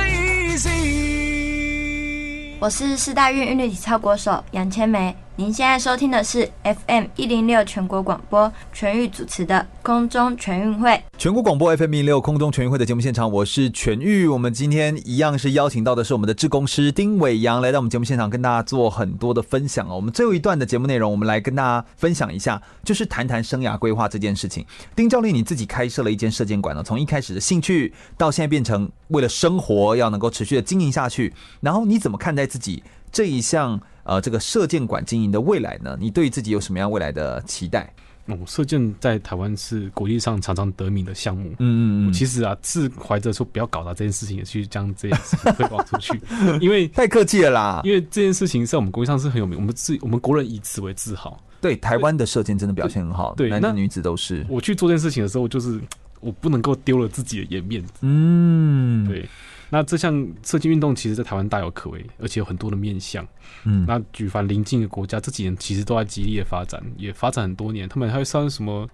easy。
我是四大运韵律体操国手杨千梅，您现在收听的是 FM 一零六全国广播全域主持的空中全运会。
全国广播 FM 一六空中全运会的节目现场，我是全玉。我们今天一样是邀请到的是我们的志工师丁伟阳来到我们节目现场，跟大家做很多的分享哦。我们最后一段的节目内容，我们来跟大家分享一下，就是谈谈生涯规划这件事情。丁教练，你自己开设了一间射箭馆呢、哦，从一开始的兴趣到现在变成为了生活要能够持续的经营下去，然后你怎么看待自己这一项呃这个射箭馆经营的未来呢？你对自己有什么样未来的期待？
哦，射箭在台湾是国际上常常得名的项目。
嗯嗯嗯
我其实啊，是怀着说不要搞砸这件事情，也去将这件事情推广出 去，因为
太客气了啦。
因为这件事情在我们国际上是很有名，我们自我们国人以此为自豪。
对，台湾的射箭真的表现很好，
对
男
那
男女子都是。
我去做这件事情的时候，就是我不能够丢了自己的颜面。
嗯，
对。那这项呃射箭运动其实，在台湾大有可为，而且有很多的面向。
嗯
那举凡邻近的国家，这几年其实都在极力的发展，也发展很多年。他们还会上什么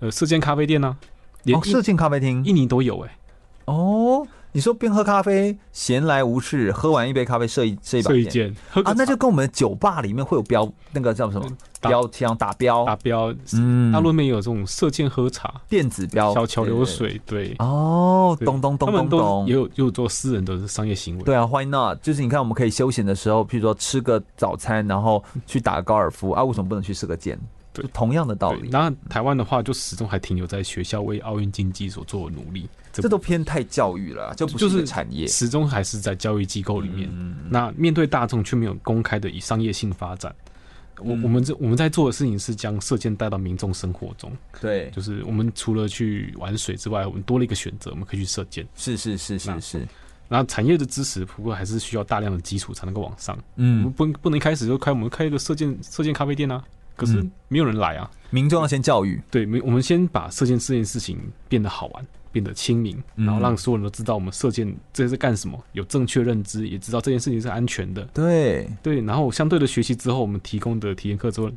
呃射箭咖啡店呢、啊？连
哦，射箭咖啡厅，
印尼都有哎、
哦，你说边喝咖啡闲来无事，喝完一杯咖啡射一射一把
射一箭喝个
啊，那就跟我们酒吧里面会有标那个叫什么标枪打标
嗯打标，
嗯，
大陆面有这种射箭喝茶、
电子标
小桥流
对对对
水，对。
哦，
对
咚咚咚
他们
咚
都
咚
也，有也有做私人的商业行为。
对啊，Why not？就是你看，我们可以休闲的时候，譬如说吃个早餐，然后去打个高尔夫啊，为什么不能去射个箭？
对
就同样的道理，
然后台湾的话，就始终还停留在学校为奥运竞技所做的努力，
这都偏太教育了啊，就不
就是
一个产业。
始终还是在教育机构里
嗯
面。那面对大众却没有公开的以商业性发展。我
嗯
我们这我们在做的事情是将射箭带到民众生活中，
对，
就是我们除了去玩水之外，我们多了一个选择，我们可以去射箭。
是是是是是，
然后产业的支持，不过还是需要大量的基础才能够往上。
嗯
我们不不能一开始就开我们开一个射箭射箭咖啡店啊，可是
嗯
没有人来啊。
民众要先教育。
对，没我们先把射箭这件事情变得好玩，变得亲民，
嗯
然后让所有人都知道我们射箭这是干什么，有正确认知，也知道这件事情是安全的。
对，
对，然后相对的学习之后，我们提供的体验课之后，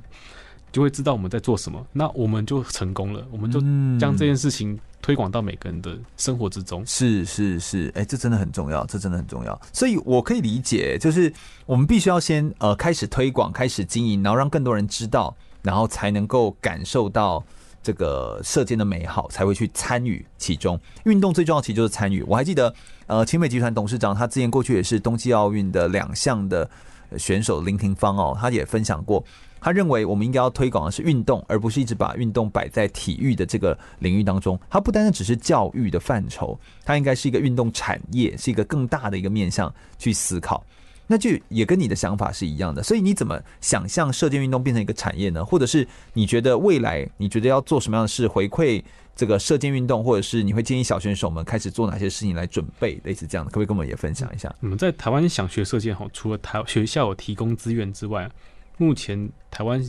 就会知道我们在做什么，那我们就成功了，我们就
嗯
将这件事情推广到每个人的生活之中。
是是是，哎、这真的很重要，这真的很重要。所以我可以理解，就是我们必须要先呃开始推广，开始经营，然后让更多人知道，然后才能够感受到这个射箭的美好，才会去参与其中。运动最重要其实就是参与。我还记得呃，青美集团董事长他之前过去也是冬季奥运的两项的选手林廷芳哦，他也分享过，他认为我们应该要推广的是运动，而不是一直把运动摆在体育的这个领域当中。它不单单只是教育的范畴，它应该是一个运动产业，是一个更大的一个面向去思考。那就也跟你的想法是一样的，所以你怎么想象射箭运动变成一个产业呢？或者是你觉得未来你觉得要做什么样的事回馈这个射箭运动，或者是你会建议小选手们开始做哪些事情来准备，类似这样的，可不可以跟我们也分享一下？
我们嗯在台湾想学射箭哈，除了台学校有提供资源之外，目前台湾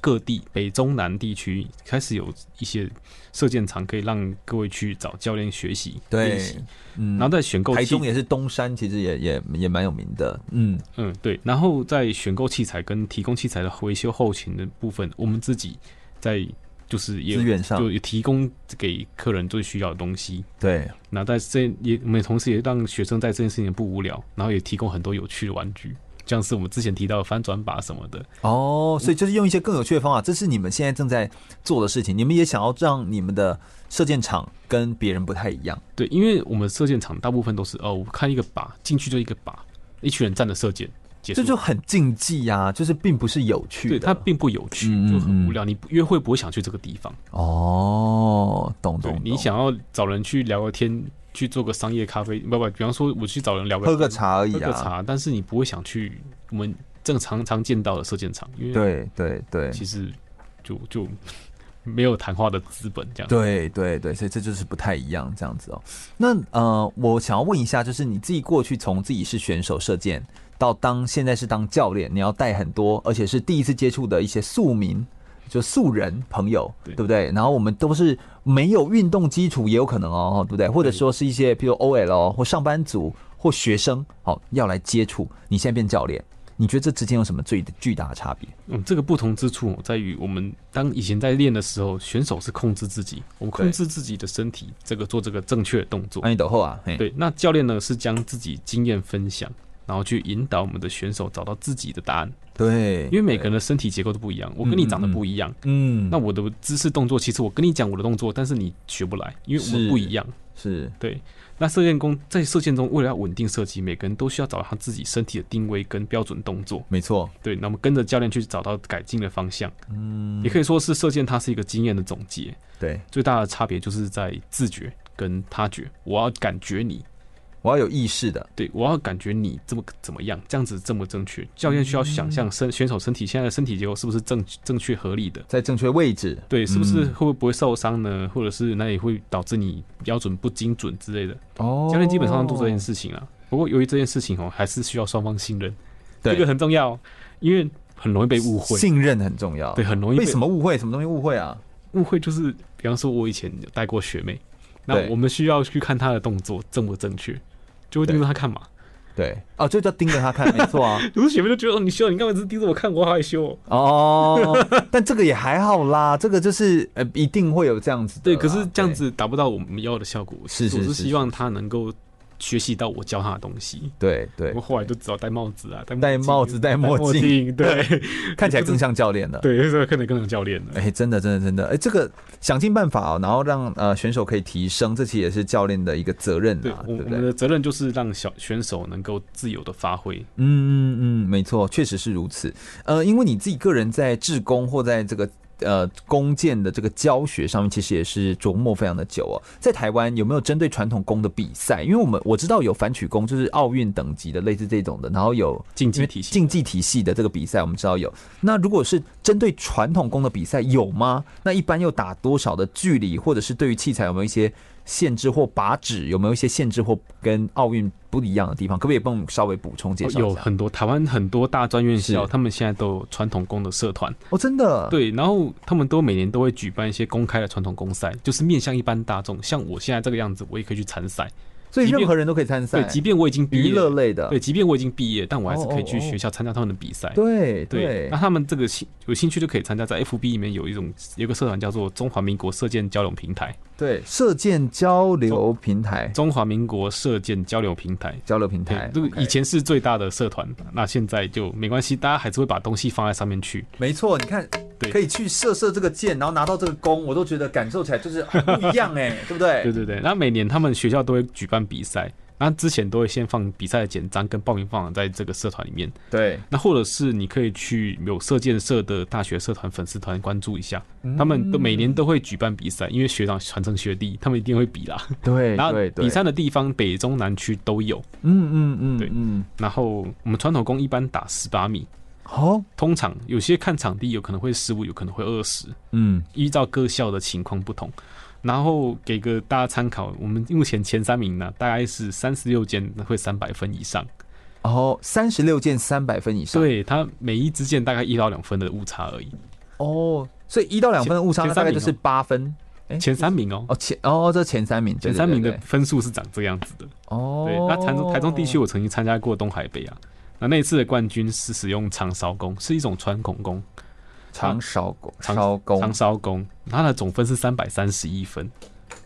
各地北中南地区开始有一些射箭场，可以让各位去找教练学习练习。
嗯
然后在选购
台
器
中也是东山，其实也也也蛮有名的，嗯，
嗯，对。然后在选购器材跟提供器材的维修后勤的部分，我们自己在就是也有
资源上
就也提供给客人最需要的东西。
对，
那在这也我们同时也让学生在这件事情不无聊，然后也提供很多有趣的玩具，像是我们之前提到的翻转把什么的。
哦，所以就是用一些更有趣的方法，这是你们现在正在做的事情。你们也想要让你们的射箭场跟别人不太一样，
对，因为我们射箭场大部分都是哦，我看一个靶进去就一个靶，一群人站着射箭，结束
这。就很竞技呀、就是并不是有趣
对，
的。
它并不有趣，
嗯
就很无聊。你不约会不会想去这个地方？
哦，懂
对
懂，
你
懂，
想要找人去聊个天，去做个商业咖啡，不不，比方说我去找人聊
喝个
天
茶而已
喝个
啊。
茶，但是你不会想去我们正常常见到的射箭场，因为
对对对
其实就就没有谈话的资本这样。
对对对，所以这就是不太一样这样子哦。那呃，我想要问一下，就是你自己过去从自己是选手射箭，到当现在是当教练，你要带很多，而且是第一次接触的一些庶民，就素人朋友，对不对？然后我们都是没有运动基础，也有可能哦，对不对？或者说是一些譬如 OL 哦或上班族或学生，好、要来接触。你现在变教练，你觉得这之间有什么最巨大的差别？
嗯，这个不同之处哦在于，我们当以前在练的时候，选手是控制自己，我们控制自己的身体，
哎
这个做这个正确的动作。
安逸斗后啊，嘿
对，那教练呢是将自己经验分享，然后去引导我们的选手找到自己的答案。
对，
因为每个人的身体结构都不一样，我跟你长得不一样，
嗯，
那我的姿势动作，其实我跟你讲我的动作，但是你学不来，因为我
是
们不一样。
是
对，那射箭弓在射箭中，为了要稳定射击，每个人都需要找到他自己身体的定位跟标准动作。
没错，
对，那么跟着教练去找到改进的方向，
嗯
也可以说是射箭，它是一个经验的总结。
对，
最大的差别就是在自觉跟他觉，我要感觉你，
我要有意识的，
对我要感觉你这么怎么样，这样子这么正确。教练需
嗯
要想象身选手身体现在的身体结构是不是正正确合理的，
在正确位置，
对，是不是
嗯
会不会受伤呢？或者是那也会导致你标准不精准之类的。
哦
教练基本上都做这件事情啊。不过由于这件事情哦，还是需要双方信任，
对
这个很重要，哦因为很容易被误会。
哦信任很重要，
对，很容易
被什么误会？什么东西误会啊？
误会就是，比方说，我以前有带过学妹，那
对
我们需要去看她的动作正不正确，就会盯着她看嘛。
对，哦，就叫盯着他看，没错 啊。
有时学妹就觉得哦你需要，你干嘛一直盯着我看？我好害羞、哦。
哦，但这个也还好啦，这个就是呃，一定会有这样子的
对，
啦。
可是这样子达不到我们要的效果。
啊是是
我
是
是
是
希望她能够学习到我教她的东西。
对对
我，后来就只好戴帽子啊，戴
戴帽子、戴墨镜，
对，
看起来更像教练了。
对，就是可能更像教练了。
哎、真的，真的，真的，哎、这个想尽办法、哦，然后让呃选手可以提升，这其实也是教练的一个责任
对
啊，，
我
对
我
不
们
对？
的责任就是让小选手能够自由的发挥。
嗯嗯嗯，没错，确实是如此。呃，因为你自己个人在制弓或在这个呃弓箭的这个教学上面，其实也是琢磨非常的久哦。在台湾有没有针对传统弓的比赛？因为我们我知道有反曲弓，就是奥运等级的类似这种的，然后有
竞技体系的
竞技体系的这个比赛，我们知道有。那如果是针对传统弓的比赛有吗？那一般又打多少的距离，或者是对于器材有没有一些限制或靶纸有没有一些限制或跟奥运不一样的地方？可不可以帮我们稍微补充介绍一下？
有很多台湾很多大专院校，
是
他们现在都有传统工的社团，
哦，真的，
对，然后他们都每年都会举办一些公开的传统工赛，就是面向一般大众，像我现在这个样子，我也可以去参赛，
所以
即便
任何人都可以参赛。
对，即便我已经毕业
娱乐类的
对，即便我已经毕业，但我还是可以
哦
去
哦哦
学校参加他们的比赛。
对哦
对，
对
那他们这个兴有兴趣就可以参加，在 FB 里面有一种有一个社团叫做中华民国射箭交流平台，
对，射箭交流平台，
中华民国射箭交流平台。
交流平
对
台，，
这
哎 OK
个以前是最大的社团，那现在就没关系，大家还是会把东西放在上面去。
没错，你看，
对
可以去射射这个箭，然后拿到这个弓，我都觉得感受起来就是很不一样哎、对不对？
对对对，那每年他们学校都会举办比赛，那之前都会先放比赛的简章跟报名方法在这个社团里面。
对
那或者是你可以去有射箭社的大学社团粉丝团关注一下，
嗯
他们都每年都会举办比赛，因为学长传承学弟，他们一定会比啦。
对
然后
对对
比赛的地方北中南区都有。
嗯嗯嗯，
对
嗯，
然后我们传统弓一般打十八米，
好、
通常有些看场地有可能会十五，有可能会二十。
嗯，
依照各校的情况不同，然后给个大家参考。我们目前前三名呢，大概是三十六件会三百分以上，
然后三十六箭三百分以上，，
对它每一支箭大概一到两分的误差而已。
哦，所以一到两分的误差
前
那大概
前三名
就是
哦
八分，哎
前三名哦，
哦前哦这前三名，对
前三名
对
的
对对
分数是长这个样子的。
哦，
对，那台中台中地区我曾经参加过东海杯啊，那那一次的冠军是使用长勺弓，是一种传统弓，
长勺弓勺
长
弓
勺弓，它的总分是三百三十一分，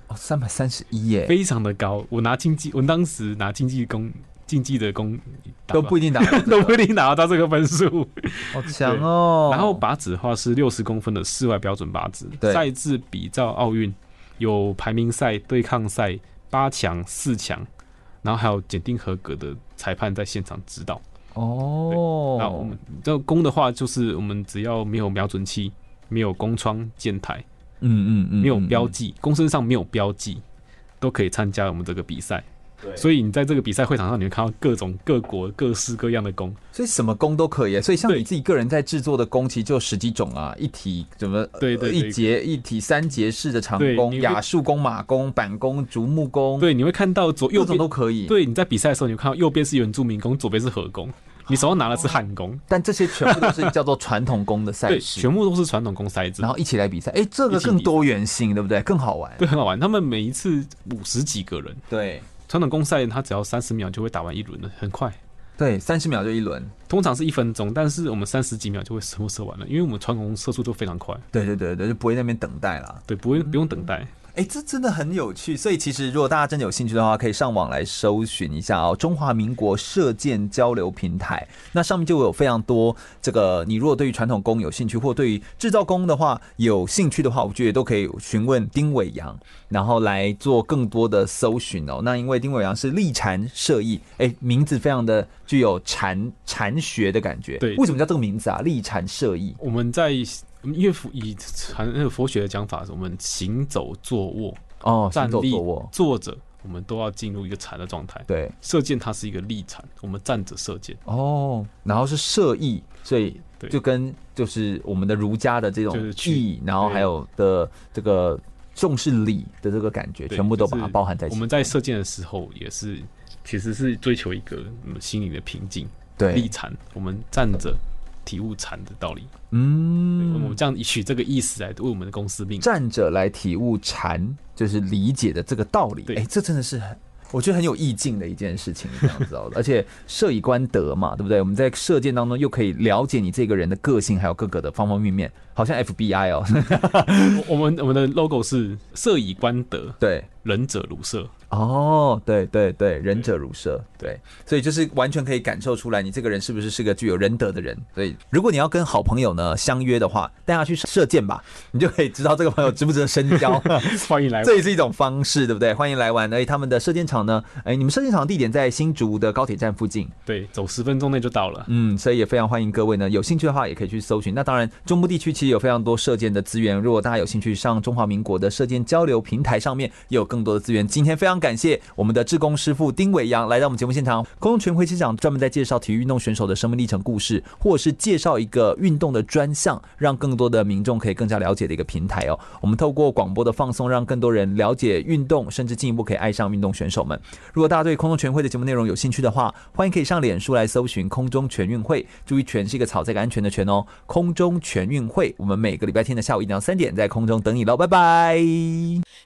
哦三百三十一耶，
非常的高。我拿竞技，我当时拿竞技弓。竞技的弓打
都不一定打 得到这个
都不一定拿得到这个分数，
好强哦，
然后靶纸的话是六十公分的室外标准靶纸
对，
赛制比照奥运有排名赛、对抗赛、八强、四强，然后还有检定合格的裁判在现场指导。
哦，
那我们这弓的话，就是我们只要没有瞄准器、没有弓窗、箭台、
嗯嗯嗯，
没有
嗯
标
嗯
记，弓身上没有标记，都可以参加我们这个比赛。所以你在这个比赛会场上，你会看到各种各国各式各样的弓。
所以什么弓都可以耶，所以像
对
你自己个人在制作的弓，其实就十几种啊，一体怎么呃
对对对
一节一体三节式的长
对
弓、
你会
亚束弓、马弓、板弓、竹木弓，，
对，你会看到左右
各种
边
都可以。，
对，你在比赛的时候，你看到右边是原住民弓，左边是和
哦
弓，你手上拿的是汉弓，
但这些全部都是叫做传统弓的赛
对，
事
全，部都是传统弓塞子
然，后一起来比赛，哎，这个
一起比
更多元性，对不对？更好玩。
对，很好玩。他们每一次五十几个人，
对
传统弓赛他只要三十秒就会打完一轮了，很快，
对，三十秒就一轮。
通常是一分钟，但是我们三十几秒就会全部射完了，因为我们传统弓射速都非常快，
对对对对，就不会在那边等待啦。
对，不会不用等待，
哎，这真的很有趣。所以其实如果大家真的有兴趣的话，可以上网来搜寻一下哦，中华民国射箭交流平台。那上面就有非常多这个，你如果对于传统工有兴趣，或对于制造工的话有兴趣的话，我觉得都可以询问丁伟阳，然后来做更多的搜寻哦。那因为丁伟阳是立禅射艺，哎，名字非常的具有禅禅学的感觉。
对
为什么叫这个名字啊？立禅射艺。
我们在因为佛以传那个佛学的讲法，我们行走、坐卧、
哦
站
行走
立、
坐卧
坐着，我们都要进入一个禅的状态。
对，
射箭它是一个立禅，我们站着射箭。
哦，然后是射意，所以
对
就跟就是我们的儒家的这种
就是去
意，然后还有的这个重视礼的这个感觉，
对
全部都
就
把
是
它包含在一起。
我们在射箭的时候也是，其实是追求一个嗯心灵的平静，
对
立禅，我们站着体悟禅的道理。我
嗯
们，这样以取这个意思来为我们的公司命。
站着来体悟禅，就是理解的这个道理。哎，这真的是很。我觉得很有意境的一件事情，这样子 哦，而且射以观德嘛，对不对？我们在射箭当中又可以了解你这个人的个性，还有各个的方方面面，好像 FBI 哦，
我我们我们的 logo 是射以观德，
对，
仁者如射。
哦，对对对，仁者如射，对，所以就是完全可以感受出来，你这个人是不是是个具有仁德的人。所以，如果你要跟好朋友呢相约的话，带他去射箭吧，你就可以知道这个朋友值不值得深交。
欢迎来玩
这也是一种方式，对不对？欢迎来玩。哎，他们的射箭场呢，哎，你们射箭场地点在新竹的高铁站附近，
对，走十分钟内就到了。
嗯，所以也非常欢迎各位呢，有兴趣的话也可以去搜寻。那当然，中部地区其实有非常多射箭的资源，如果大家有兴趣，上中华民国的射箭交流平台上面也有更多的资源。今天非常感谢我们的志工师傅丁伟阳来到我们节目现场，空中全会机长专门在介绍体育运动选手的生命历程故事，或者是介绍一个运动的专项，让更多的民众可以更加了解的一个平台哦。我们透过广播的放送，让更多人了解运动，甚至进一步可以爱上运动选手们。如果大家对空中全会的节目内容有兴趣的话，欢迎可以上脸书来搜寻“空中全运会”，注意“全”是一个草这个安全的“全”哦。空中全运会，我们每个礼拜天的下午一点到三点在空中等你喽，拜拜。